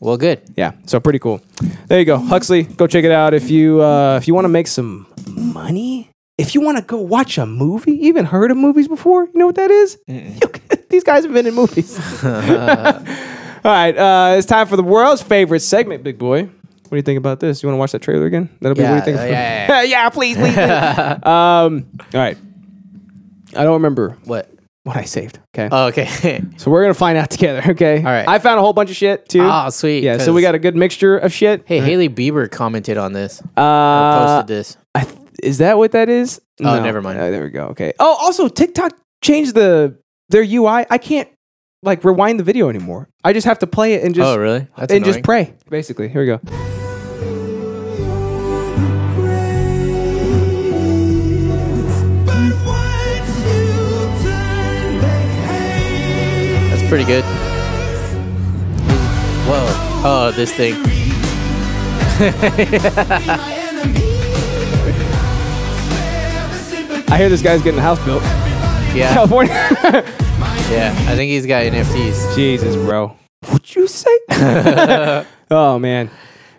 Well, good. yeah. So pretty cool. There you go, Huxley. Go check it out if you uh, if you want to make some money. If you want to go watch a movie, you even heard of movies before? You know what that is? [laughs] These guys have been [laughs] in movies. [laughs] All right, uh, it's time for the world's favorite segment, big boy. What do you think about this? You want to watch that trailer again? That'll be [laughs] what Yeah, you think. uh, [laughs] yeah, yeah, [laughs] yeah, please, please. please. um, all right. I don't remember What? what I saved. Okay. Oh, okay. [laughs] so we're gonna find out [laughs] together. Okay. All right. I found a whole bunch of shit too. Ah, sweet, Yeah. So 'cause- we got a good mixture of shit. hey, Haley Bieber commented on this. Uh, posted this. I th- is that what that is? Oh, never mind. Uh, there we go. Okay. Oh, also TikTok changed the their UI. I can't like rewind the video anymore. I just have to play it and just oh, really? That's and just annoying. pray. Basically, here we go. That's pretty good. Whoa. Oh, this thing. I hear this guy's getting a house built. [laughs] Yeah. California. [laughs] Yeah. I think he's got NFTs. Jesus, bro. What'd [laughs] you say? [laughs] oh man,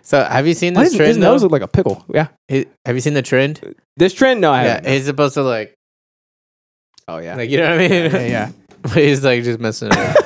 So, have you seen Why this does his trend? nose Though? look like a pickle? Yeah. Hi- have you seen the trend? This trend, no, I Yeah. haven't. He's supposed to, like, oh yeah. like you know what I mean? yeah, [laughs] yeah. [laughs] but he's, like, just messing it [laughs] up.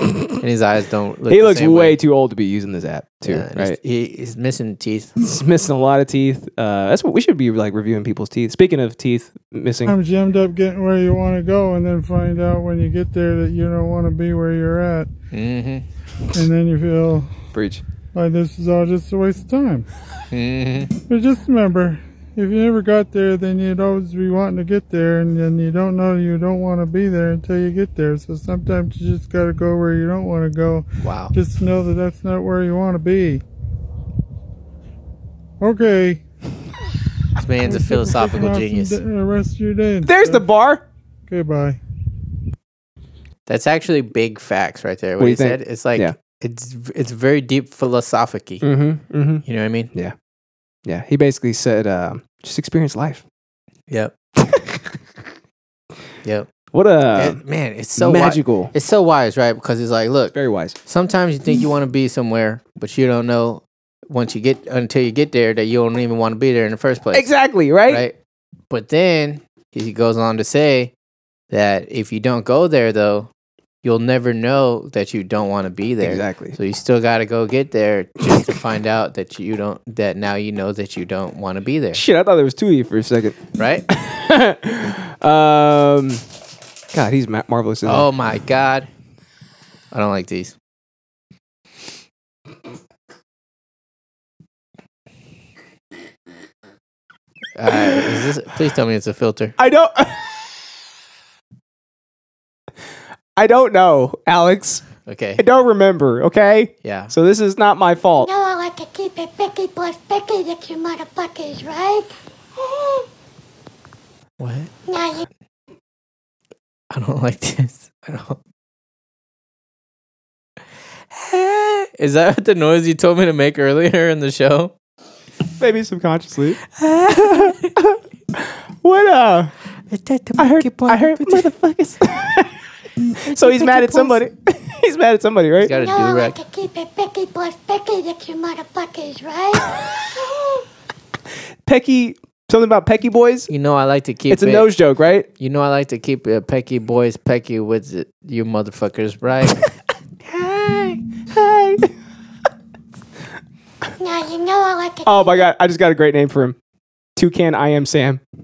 and his eyes don't look he the looks way same way. too old to be using this app too. Yeah, and he's- right. He, he's missing [laughs] teeth. He's missing a lot of teeth. Uh, that's what we should be like reviewing people's teeth. Speaking of teeth missing, Sometimes you end up getting where you want to go and then find out when you get there that you don't want to be where you're at. Mm Mm-hmm. And then you feel breach. like this is all just a waste of time. hmm. Mm Mm-hmm. hmm. But just remember, if you never got there, then you'd always be wanting to get there, and then you don't know you don't want to be there until you get there. So sometimes you just got to go where you don't want to go. Wow. Just know that that's not where you want to be. Okay. This man's [laughs] a philosophical Have some genius. da- The rest of your day. There's the bar. Okay, bye. That's actually big facts right there. What, What do he you think? said. It's like Yeah. it's it's very deep philosophic You Mm-hmm. Mm-hmm. know what I mean? Yeah. He basically said, uh, just experience life. Yep. yep. What a It- man, it's so magical. magical. It's so wise, right? Because it's like, look, Very wise. sometimes you think you want to be somewhere, but you don't know once you get until you get there that you don't even want to be there in the first place. Exactly. Right. Right. But then he goes on to say that if you don't go there though, you'll never know that you don't want to be there. Exactly. So you still got to go get there just to find out that you don't that now you know that you don't want to be there, Shit, I thought there was two of you for a second. [laughs] right? um, God, he's ma- marvelous. Isn't oh my god. I don't like these. Uh, is this, please tell me it's a filter. he? I don't. [laughs] I don't know, Alex. Okay. I don't remember. Okay. Yeah. So this is not my fault. No, I like to keep it picky, but picky that you motherfuckers, right? What? now you I don't like this. I don't. [laughs] Is that what the noise you told me to make earlier in the [laughs] show? Maybe subconsciously. what uh? I heard. [laughs] I heard motherfuckers. [laughs] so he's mad at somebody. [laughs] he's mad at somebody, right? Got a do know I like rag. to keep it picky, but picky that you motherfuckers, right? Pecky. Something about Pecky boys. You know I like to keep It's a it- nose joke, right? You know I like to keep it pecky boys pecky with it, you motherfuckers, [laughs] right? Hey, hey. now you know I like to Oh my god, I just got a great name for him. Toucan, I am Sam. [laughs]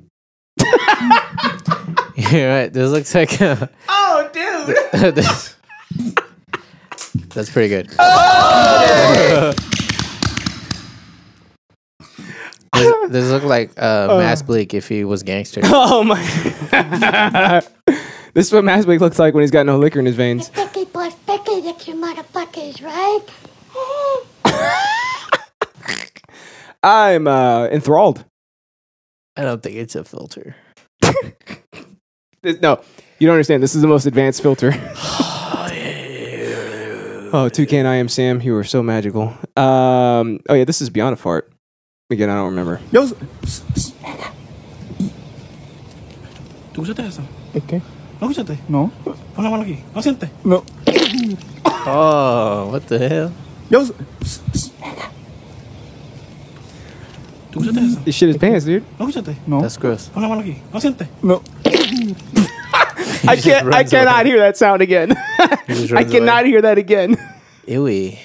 You're right. This looks like a, Oh, dude. this- [laughs] That's pretty good. this, this look like uh, Mass Bleak if he was gangster. Oh my. [laughs] this is what Maswick looks like when he's got no liquor in his [laughs] veins. picky, but picky that you motherfuckers, right? I'm uh, enthralled. I don't think it's a filter. This- no, you don't understand. This is the most advanced [sighs] filter. oh, Toucan, I am Sam. You were so magical. Um, oh yeah, this is beyond a fart. Again, I don't remember. Yo, psst, psst. ¿Tú escuchaste eso? ¿Qué? ¿No escuchaste? No. Pon la mano aquí. ¿No sientes? No. Oh, what the hell? Yo, psst, psst. ¿Tú escuchaste eso? This shit is pants, dude. ¿No escuchaste? No. That's gross. Pon la mano aquí. ¿No sientes? No. I just can't. I runs cannot away. hear that sound again. just [laughs] I runs cannot hear [laughs] that again. Ewy.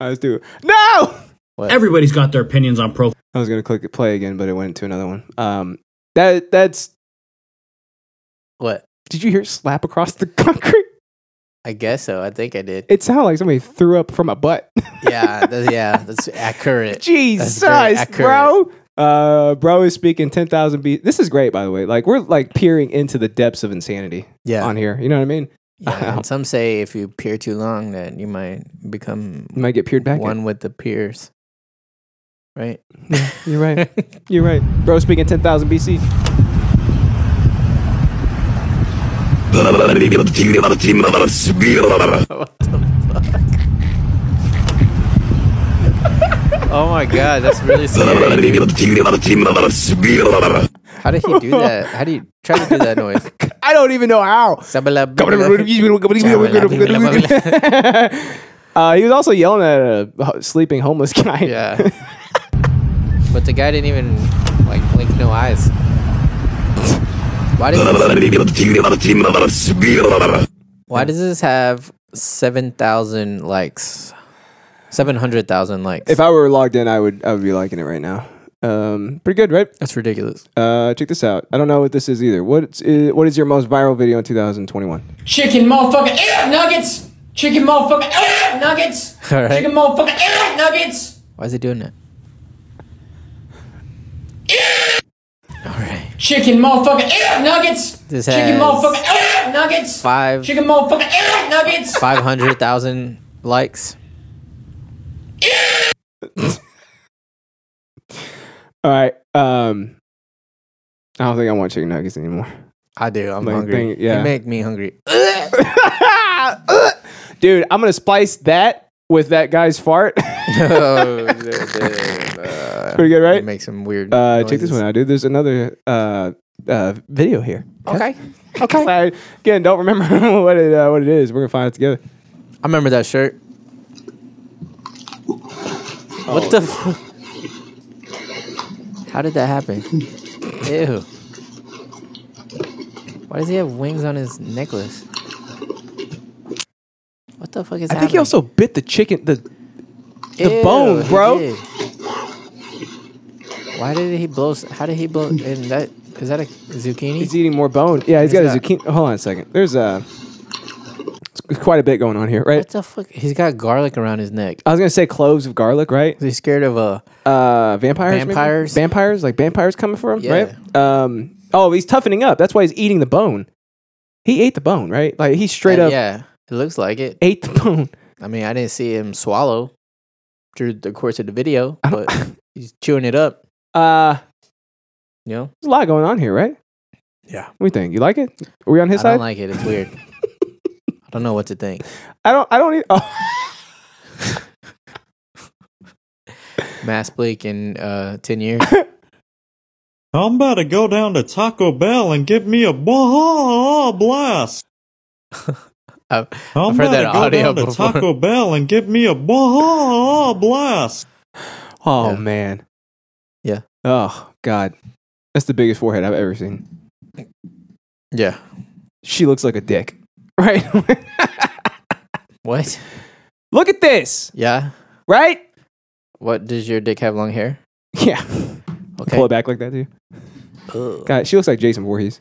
I was doing no. Everybody's got their opinions on pro. I was gonna click play again, but it went to another one. Um, that that's What? Did you hear it slap across the [laughs] concrete? I guess so. I think I did. [laughs] It sounded like somebody threw up from a butt. Yeah, that's, yeah, that's [laughs] accurate. That's Jesus, very accurate. bro. Uh, bro is speaking 10,000 beats. This is great, by the way. Like, we're like peering into the depths of insanity Yeah. on here. You know what I mean? [laughs] Yeah, and some say if you peer too long, that you might become You might get peered back. at. one with the peers. Right? You're right. You're right. Bro speaking 10,000 BC. Oh my god, that's [laughs] really scary. How did he do that? How do you try to do that [laughs] noise? I don't even know how. Uh, he was also yelling at a ho- sleeping homeless [laughs] guy. Yeah. But the guy didn't even like blink no eyes. Why does this, why does this have seven thousand likes? Seven hundred thousand likes. if I were logged in, I would I would be liking it right now. Um, pretty good, right? That's ridiculous. Uh, check this out. I don't know what this is either. What's uh, what is your most viral video in 2021? Chicken motherfucker eh, nuggets. Chicken motherfucker eh, nuggets. All right. Chicken motherfucker eh, nuggets. Why is he doing that? Chicken motherfucker eh, nuggets. This Chicken has motherfucker eh, nuggets. five- Chicken motherfucker eh, nuggets. Five hundred thousand likes. All right. Um, I don't think I want chicken nuggets anymore. I do. I'm Like, hungry. thing- yeah. You make me hungry. Ah, Dude, I'm gonna splice that with that guy's fart. [laughs] Oh, dude, [laughs] uh, Pretty good, right? Make some weird. Uh, check this noises. one out, dude. There's another uh, uh, video here. [laughs] Okay. Okay. I, again, don't remember [laughs] what it uh, what it is. We're gonna find it together. I remember that shirt. What the? F- How did that happen? Ew. Why does he have wings on his necklace? What the fuck is I think happening? he also bit the chicken, the the Ew, bone, he bro. did. Why did he blow? s- How did he blow? And that is that a zucchini? He's eating more bone. Yeah, he's He's got a got- zucchini. Hold on a second. There's a it's quite a bit going on here, right? What the fuck? He's got garlic around his neck. I was gonna say cloves of garlic, right? Is he scared of a? Uh, vampires, maybe? Vampires. vampires, like vampires coming for him, Yeah. right? Um, oh, he's toughening up. That's why he's eating the bone. He ate the bone, right? Like he straight Uh, up Yeah, it looks like it. ate the [laughs] bone. I mean, I didn't see him swallow through the course of the video, but [laughs] he's chewing it up. Uh, You know, there's a lot going on here, right? Yeah. What do you think? You like it? Are we on his I side? don't like it. It's weird. I don't know what to think. I don't. I don't. Even, [laughs] oh, Mass Bleak in uh, ten [laughs] years. I'm about to go down to Taco Bell and give me a baja blast. [laughs] I've, I'm I've heard about that to go audio down to before. Taco Bell and give me a baja blast. oh man. Yeah. Oh God, that's the biggest forehead I've ever seen. Yeah. She looks like a dick, [laughs] right? What? Look at this, Yeah. right? What does your dick have long hair? Yeah. Okay. Pull it back like that, dude. Ugh. God, she looks like Jason Voorhees.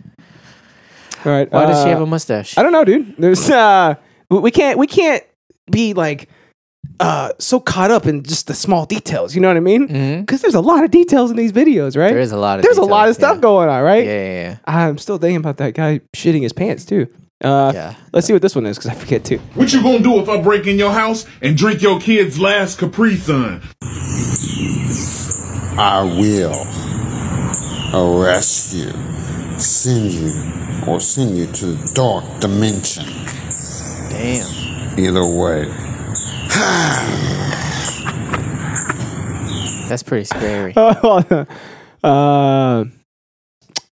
All right. Why does she uh, have a mustache? I don't know, dude. There's uh, we- we can't we can't be like uh so caught up in just the small details. You know what I mean? Mhm. Because there's a lot of details in these videos, right? There is a lot of. There's a detail, lot of stuff yeah. going on, right? Yeah, yeah, yeah. I'm still thinking about that guy shitting his pants too. Uh, Yeah. Let's see what this one is because I forget too. [laughs] What you gonna do if I break in your house and drink your kid's last Capri Sun? I will arrest you, send you, or send you to the dark dimension. Damn. Either way. That's pretty [laughs] scary. uh,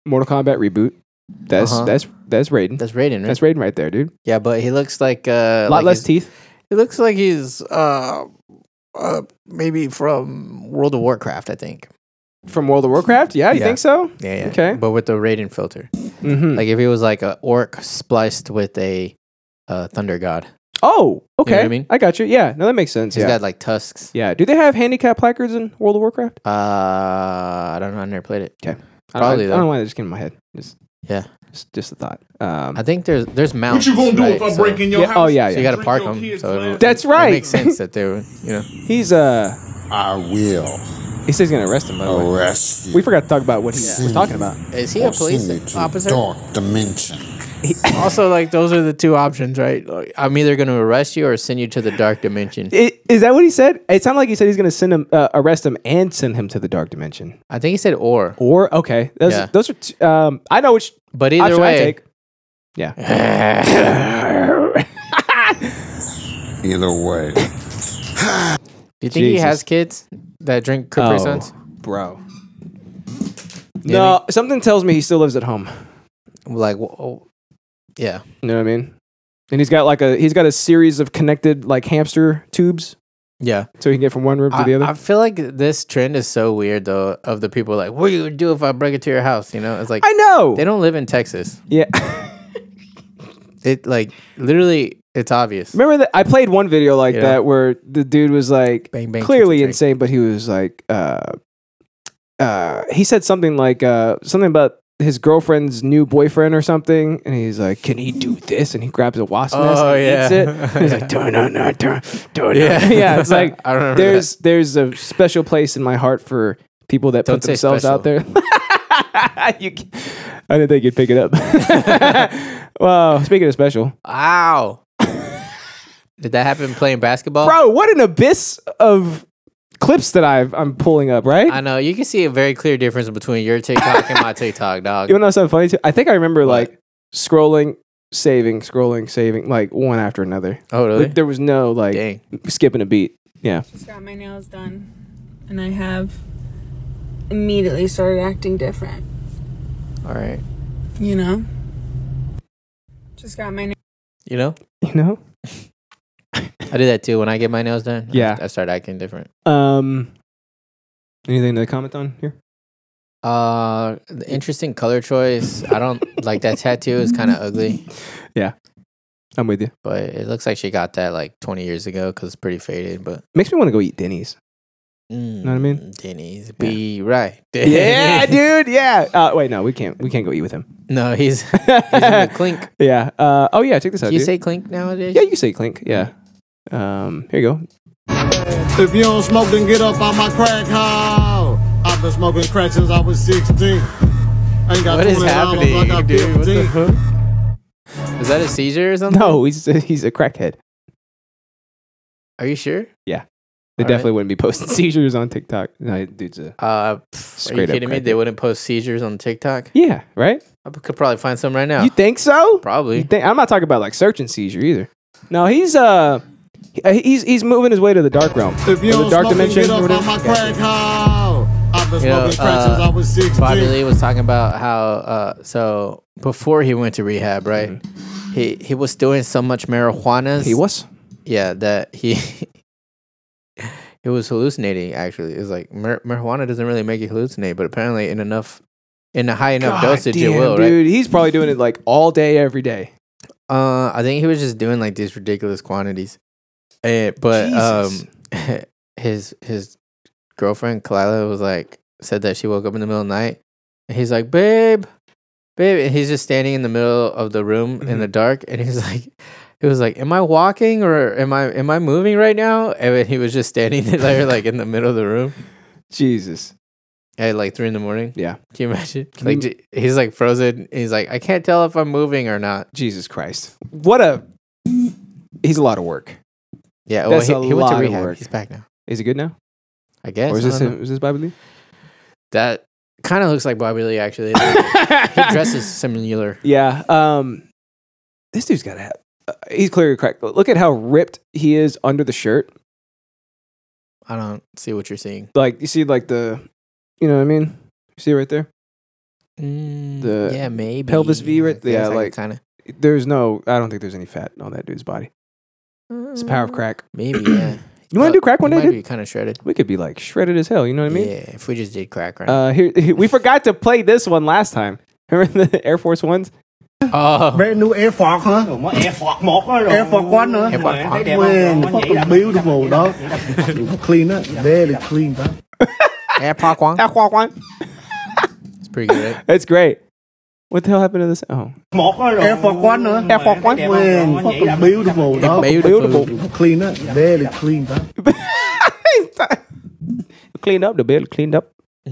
Mortal Kombat reboot. That's Uh-huh. that's that's Raiden. That's Raiden, right? That's Raiden right there, dude. yeah, but he looks like uh, A lot like less he's- teeth. He looks like he's uh, uh, maybe from World of Warcraft, I think. From World of Warcraft? Yeah, you Yeah. think so? Yeah, yeah. Okay. But with the Raiden filter. Mhm. Like if he was like a orc spliced with a uh, thunder god. Oh, okay. what I I mean? got you. Yeah, no, that makes sense. he's yeah. got like tusks. yeah. Do they have handicap placards in World of Warcraft? Uh, I don't know. I never played it. Okay. I don't- Probably I, though. I don't know why that just came in my head. Just yeah. Just, just a thought. Um, I think there's there's mountains. you gonna do if I break in your yeah, house? Oh, yeah, So yeah. you got to Drink park your them. kids' So laugh. That's right. It makes sense that they would, you know. [laughs] he's uh I will. He says he's gonna arrest him. By the way, arrest We forgot to talk about what he's Send we're talking about. you- [laughs] Is he a or send police you to officer? Dark dimension. also, like those are the two options, right? Like, I'm either going to arrest you or send you to the dark dimension. I- Is that what he said? It sounded like he said he's going to send him, uh, arrest him, and send him to the dark dimension. I think he said or. Or okay, those, Yeah. those are. T- um, I know which. But either option way- I [clears throat] take. yeah. Either way. Do you think he Jesus. has kids that drink Capri Oh, Suns? bro. No, something tells me he still lives at home. Like, wh- oh, yeah. You know what I mean? And he's got like a he's got a series of connected like hamster tubes, Yeah. so he can get from one room to I, the other. I feel like this trend is so weird, though, of the people like, what do you do if I break into your house? You know, it's like, I know. They don't live in Texas. yeah. [laughs] It, like, literally, it's obvious. Remember that I played one video like Yeah. that where the dude was like Bang, bang, clearly insane, but he was like uh uh he said something like uh something about his girlfriend's new boyfriend or something, and he's like, "Can he do this?" And he grabs a wasp nest Oh, and eats yeah. it. And he's like, "Turn on, turn, turn, turn." Yeah. Yeah, [laughs] yeah. It's like [laughs] I remember there's there's a special place in my heart for people that Don't put say themselves out there. [laughs] you, c- I didn't think you'd pick it up. [laughs] well, speaking of special, [laughs] Ow. Did that happen playing basketball? bro what an abyss of clips that I've, i'm pulling up right I know. You can see a very clear difference between your TikTok and my TikTok, dog. [laughs] you want to know something funny too i think i remember like scrolling saving scrolling saving like one after another Oh, really? Like, there was no like skipping a beat yeah Just got my nails done, and I have immediately started acting different. All right. You know. Just got my nails. You know? You know? I do that too when I get my nails done. I- Yeah. I start acting different. um anything to comment on here Uh, the interesting color choice. I don't like that tattoo is kind of ugly, yeah i'm with you but it looks like she got that like 20 years ago because it's pretty faded. But makes me want to go [laughs] eat denny's mm, know what i mean Denny's be right. [laughs] yeah dude yeah uh wait no we can't we can't go eat with him No, [laughs] he's, he's in the clink. yeah uh oh yeah check this out Do you dude. say Mm-hmm. clink nowadays? yeah you can say clink yeah um here you go If you don't smoke, then get up on my crack hole. I've been smoking crack since I was 16. I ain't got [laughs] What is $20, I got happening, dude? What the 15. fuck? Is that a seizure or something? No, he's he's a crackhead. Are you sure? Yeah, they All definitely wouldn't be posting [laughs] seizures on TikTok. No, dude's a Uh, pff, are you Straight up kidding me? crackhead. They wouldn't post seizures on TikTok. yeah, right? I could probably find some right now. You think so? Probably. You think, I'm not talking about like search and seizure either. No, he's uh, he- he's he's moving his way to the dark realm, If you Or the don't dark smoke, then get dimension. or up on whatever. my crack hole. I've been you know, smoking crack since I was uh, 16. Bobby Lee was talking about how uh, so before he went to rehab, right? He he was doing so much marijuana. Mm-hmm. He was. yeah, that he [laughs] he was hallucinating. Actually, it's like mar- marijuana doesn't really make you hallucinate, but apparently in enough in a high enough God dosage, it damn, will, right? dude. He's probably doing it like all day, every day. Uh, I think he was just doing like these ridiculous quantities. Eh, but Jesus. um, [laughs] his his girlfriend Kalila was like said that she woke up in the middle of the night. And he's like, babe, babe, and he's just standing in the middle of the room Mm-hmm. in the dark, and he's [laughs] like. He was like, "Am I walking or am I am I moving right now?" And then he was just standing [laughs] there, like in the middle of the room, Jesus. at like three in the morning. Yeah. Can you imagine? Can like you- j- he's like frozen. He's like, "I can't tell if I'm moving or not." Jesus Christ. What a. He's a lot of work. Yeah, well, That's he, a he went to lot of rehab. work. He's back now. Is he good now? I guess. or is I this don't know. him, is this Bobby Lee? That kind of looks like Bobby Lee, actually. [laughs] [laughs] he dresses similar. Yeah. Um, this dude's got to have. Uh, he's clearly cracked. Look at how ripped he is under the shirt. I don't see what you're seeing. Like you see, like the, you know what I mean? You see right there the yeah, maybe pelvis V right there. Mm, Yeah, Feels [clears throat] like kind of. There's no. I don't think there's any fat on that dude's body. It's the power of crack. Maybe yeah. You want to do crack one He day, might be dude? kind of shredded. We could be like shredded as hell. You know what I mean? Yeah, if we just did crack right. Uh, here [laughs] we forgot to play this one last time. [laughs] Remember the Air Force ones? [laughs] Oh, Brand new Air Force, huh? Air Force 1 hả? Air Force 1 hả? Air Force One. Man, fucking beautiful, dog. clean up. Very clean, dog. yeah, Park Wong. That Hua Huan. [laughs] It's pretty good, right? That's great. What the hell happened to this? Oh. [laughs] một đó rồi Air Force One nữa Air Force One man fucking beautiful đó beautiful clean đó very clean đó Cleaned up. The bed cleaned up. [laughs]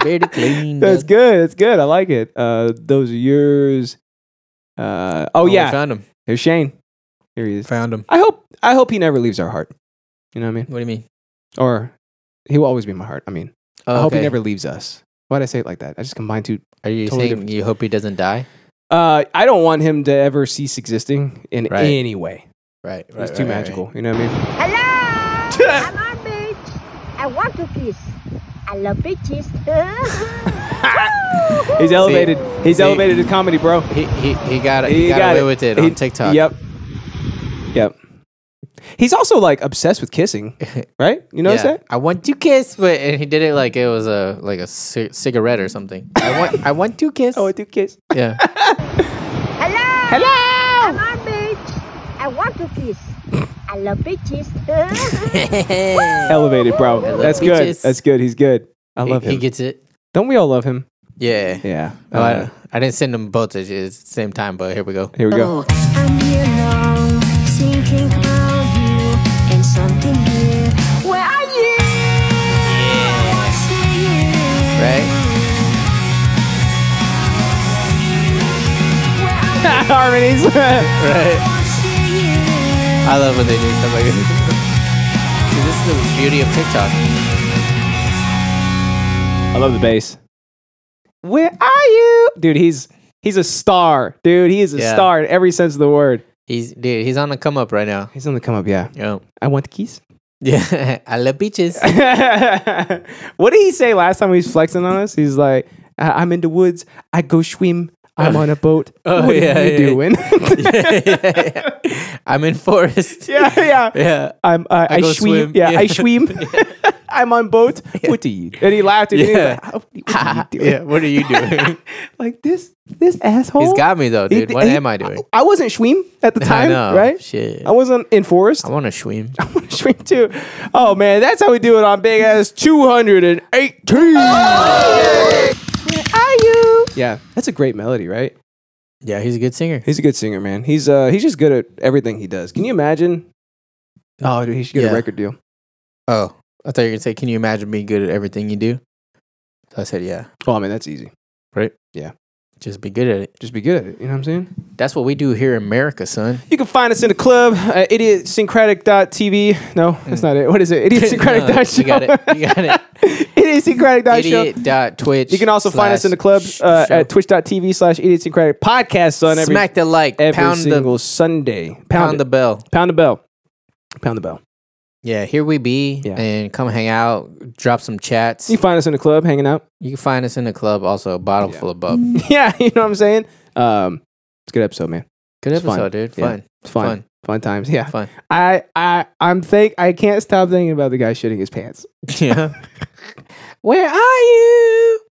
Very clean. That's good. That's good. I like it. Uh, those are yours. Uh, oh, Oh, we yeah. found him. Here's Shane. Here he is. Found him. I hope. I hope he never leaves our heart. You know what I mean? What do you mean? Or he will always be in my heart. I mean, Oh, I hope he okay. never leaves us. Why did I say it like that? I just combined two. Are you totally saying different- you hope he doesn't die? Uh, I don't want him to ever cease existing in Right. any way. Right. right He's too right, right. magical. You know what I mean? Hello! I'm on beach. I want to kiss. I love [laughs] beaches. He's elevated. He's See? elevated to comedy, bro. He he, he got he got away with it on TikTok. Yep. Yep. He's also like obsessed with [laughs] kissing, right? You notice Yeah. that? I want to kiss, but and he did it like it was a like a c- cigarette or something. I want I want to [laughs] kiss. Oh, I want to kiss. [laughs] Yeah. Hello! Hello! I'm on beach. I want to kiss. I love [laughs] beaches. Elevated, bro. I love That's beaches. good. That's good. He's good. I He- love him. He gets it. Don't we all love him? Yeah. Yeah. Oh, Uh, I, I didn't send them both at the same time, but here we go. Here we [laughs] go. I'm here alone, thinking of you, and something here. Where are you? I wanna see you. Right? Harmonies. right. I love when they do stuff like this. [laughs] See, this is the beauty of TikTok. I love the bass. Where are you, dude? He's he's a star, dude. He is a Yeah. star in every sense of the word. He's dude, he's on the come up right now. He's on the come up. Yeah. Yeah. I want the keys. [laughs] Yeah. [laughs] I love beaches. [laughs] what did he say last time he was flexing on us? He's like, I- I'm in the woods. I go swim. I'm on a [laughs] boat. Oh, what yeah, are you yeah, doing? [laughs] I'm in forest. yeah, yeah. [laughs] Yeah. I'm. Uh, I, I go swim. swim. Yeah, I Yeah. swim. [laughs] I'm on boat. What do you? And he laughed at me. He was Yeah. like, "How- what [laughs] are you [laughs] doing? yeah. What are you [laughs] doing? Like this, this asshole. he's got me though, He- dude. What he- am I doing? [laughs] [laughs] I wasn't swim at the I time, know. right? Shit. I wasn't in forest. [laughs] I want to swim. Swim too. Oh man, that's how we do it on Big Ass [laughs] 218. Where are you? Yeah, that's a great melody, right? Yeah, he's a good singer. He's a good singer, man. He's uh he's just good at everything he does. Can you imagine? Oh, dude, he should get Yeah. a record deal. Oh, I thought you were gonna say, "Can you imagine being good at everything you do?" So I said, "Yeah." Oh, I mean that's easy. Right? Yeah. Just be good at it. Just be good at it. You know what I'm saying? That's what we do here in America, [laughs] son. You can find us in the club, uh, idiotsyncratic.tv. No, that's not it. [laughs] What is it? Idiotsyncratic.show. you got it. You got it. [laughs] Idiotsyncratic.show. Idiot dot Twitch. You can also find us in the club uh, at twitch.tv slash idiotsyncratic podcast on every, Smack the like. every pound the single Sunday. Pound, pound the it. bell. Pound the bell. Pound the bell. Yeah, here we be, and come hang out. Drop some chats. You can find us in the club hanging out. [laughs] You can find us in the club. Also, bottle full of bub. yeah, Mm-hmm. you know what I'm saying? Um, it's a good episode, man. Good It's fun. episode, dude. Yeah, Fun. It's fun. Fun. fun. times. Yeah. Fun. I I I'm think I [laughs] can't stop thinking about the guy shitting his pants. Yeah. Where are you?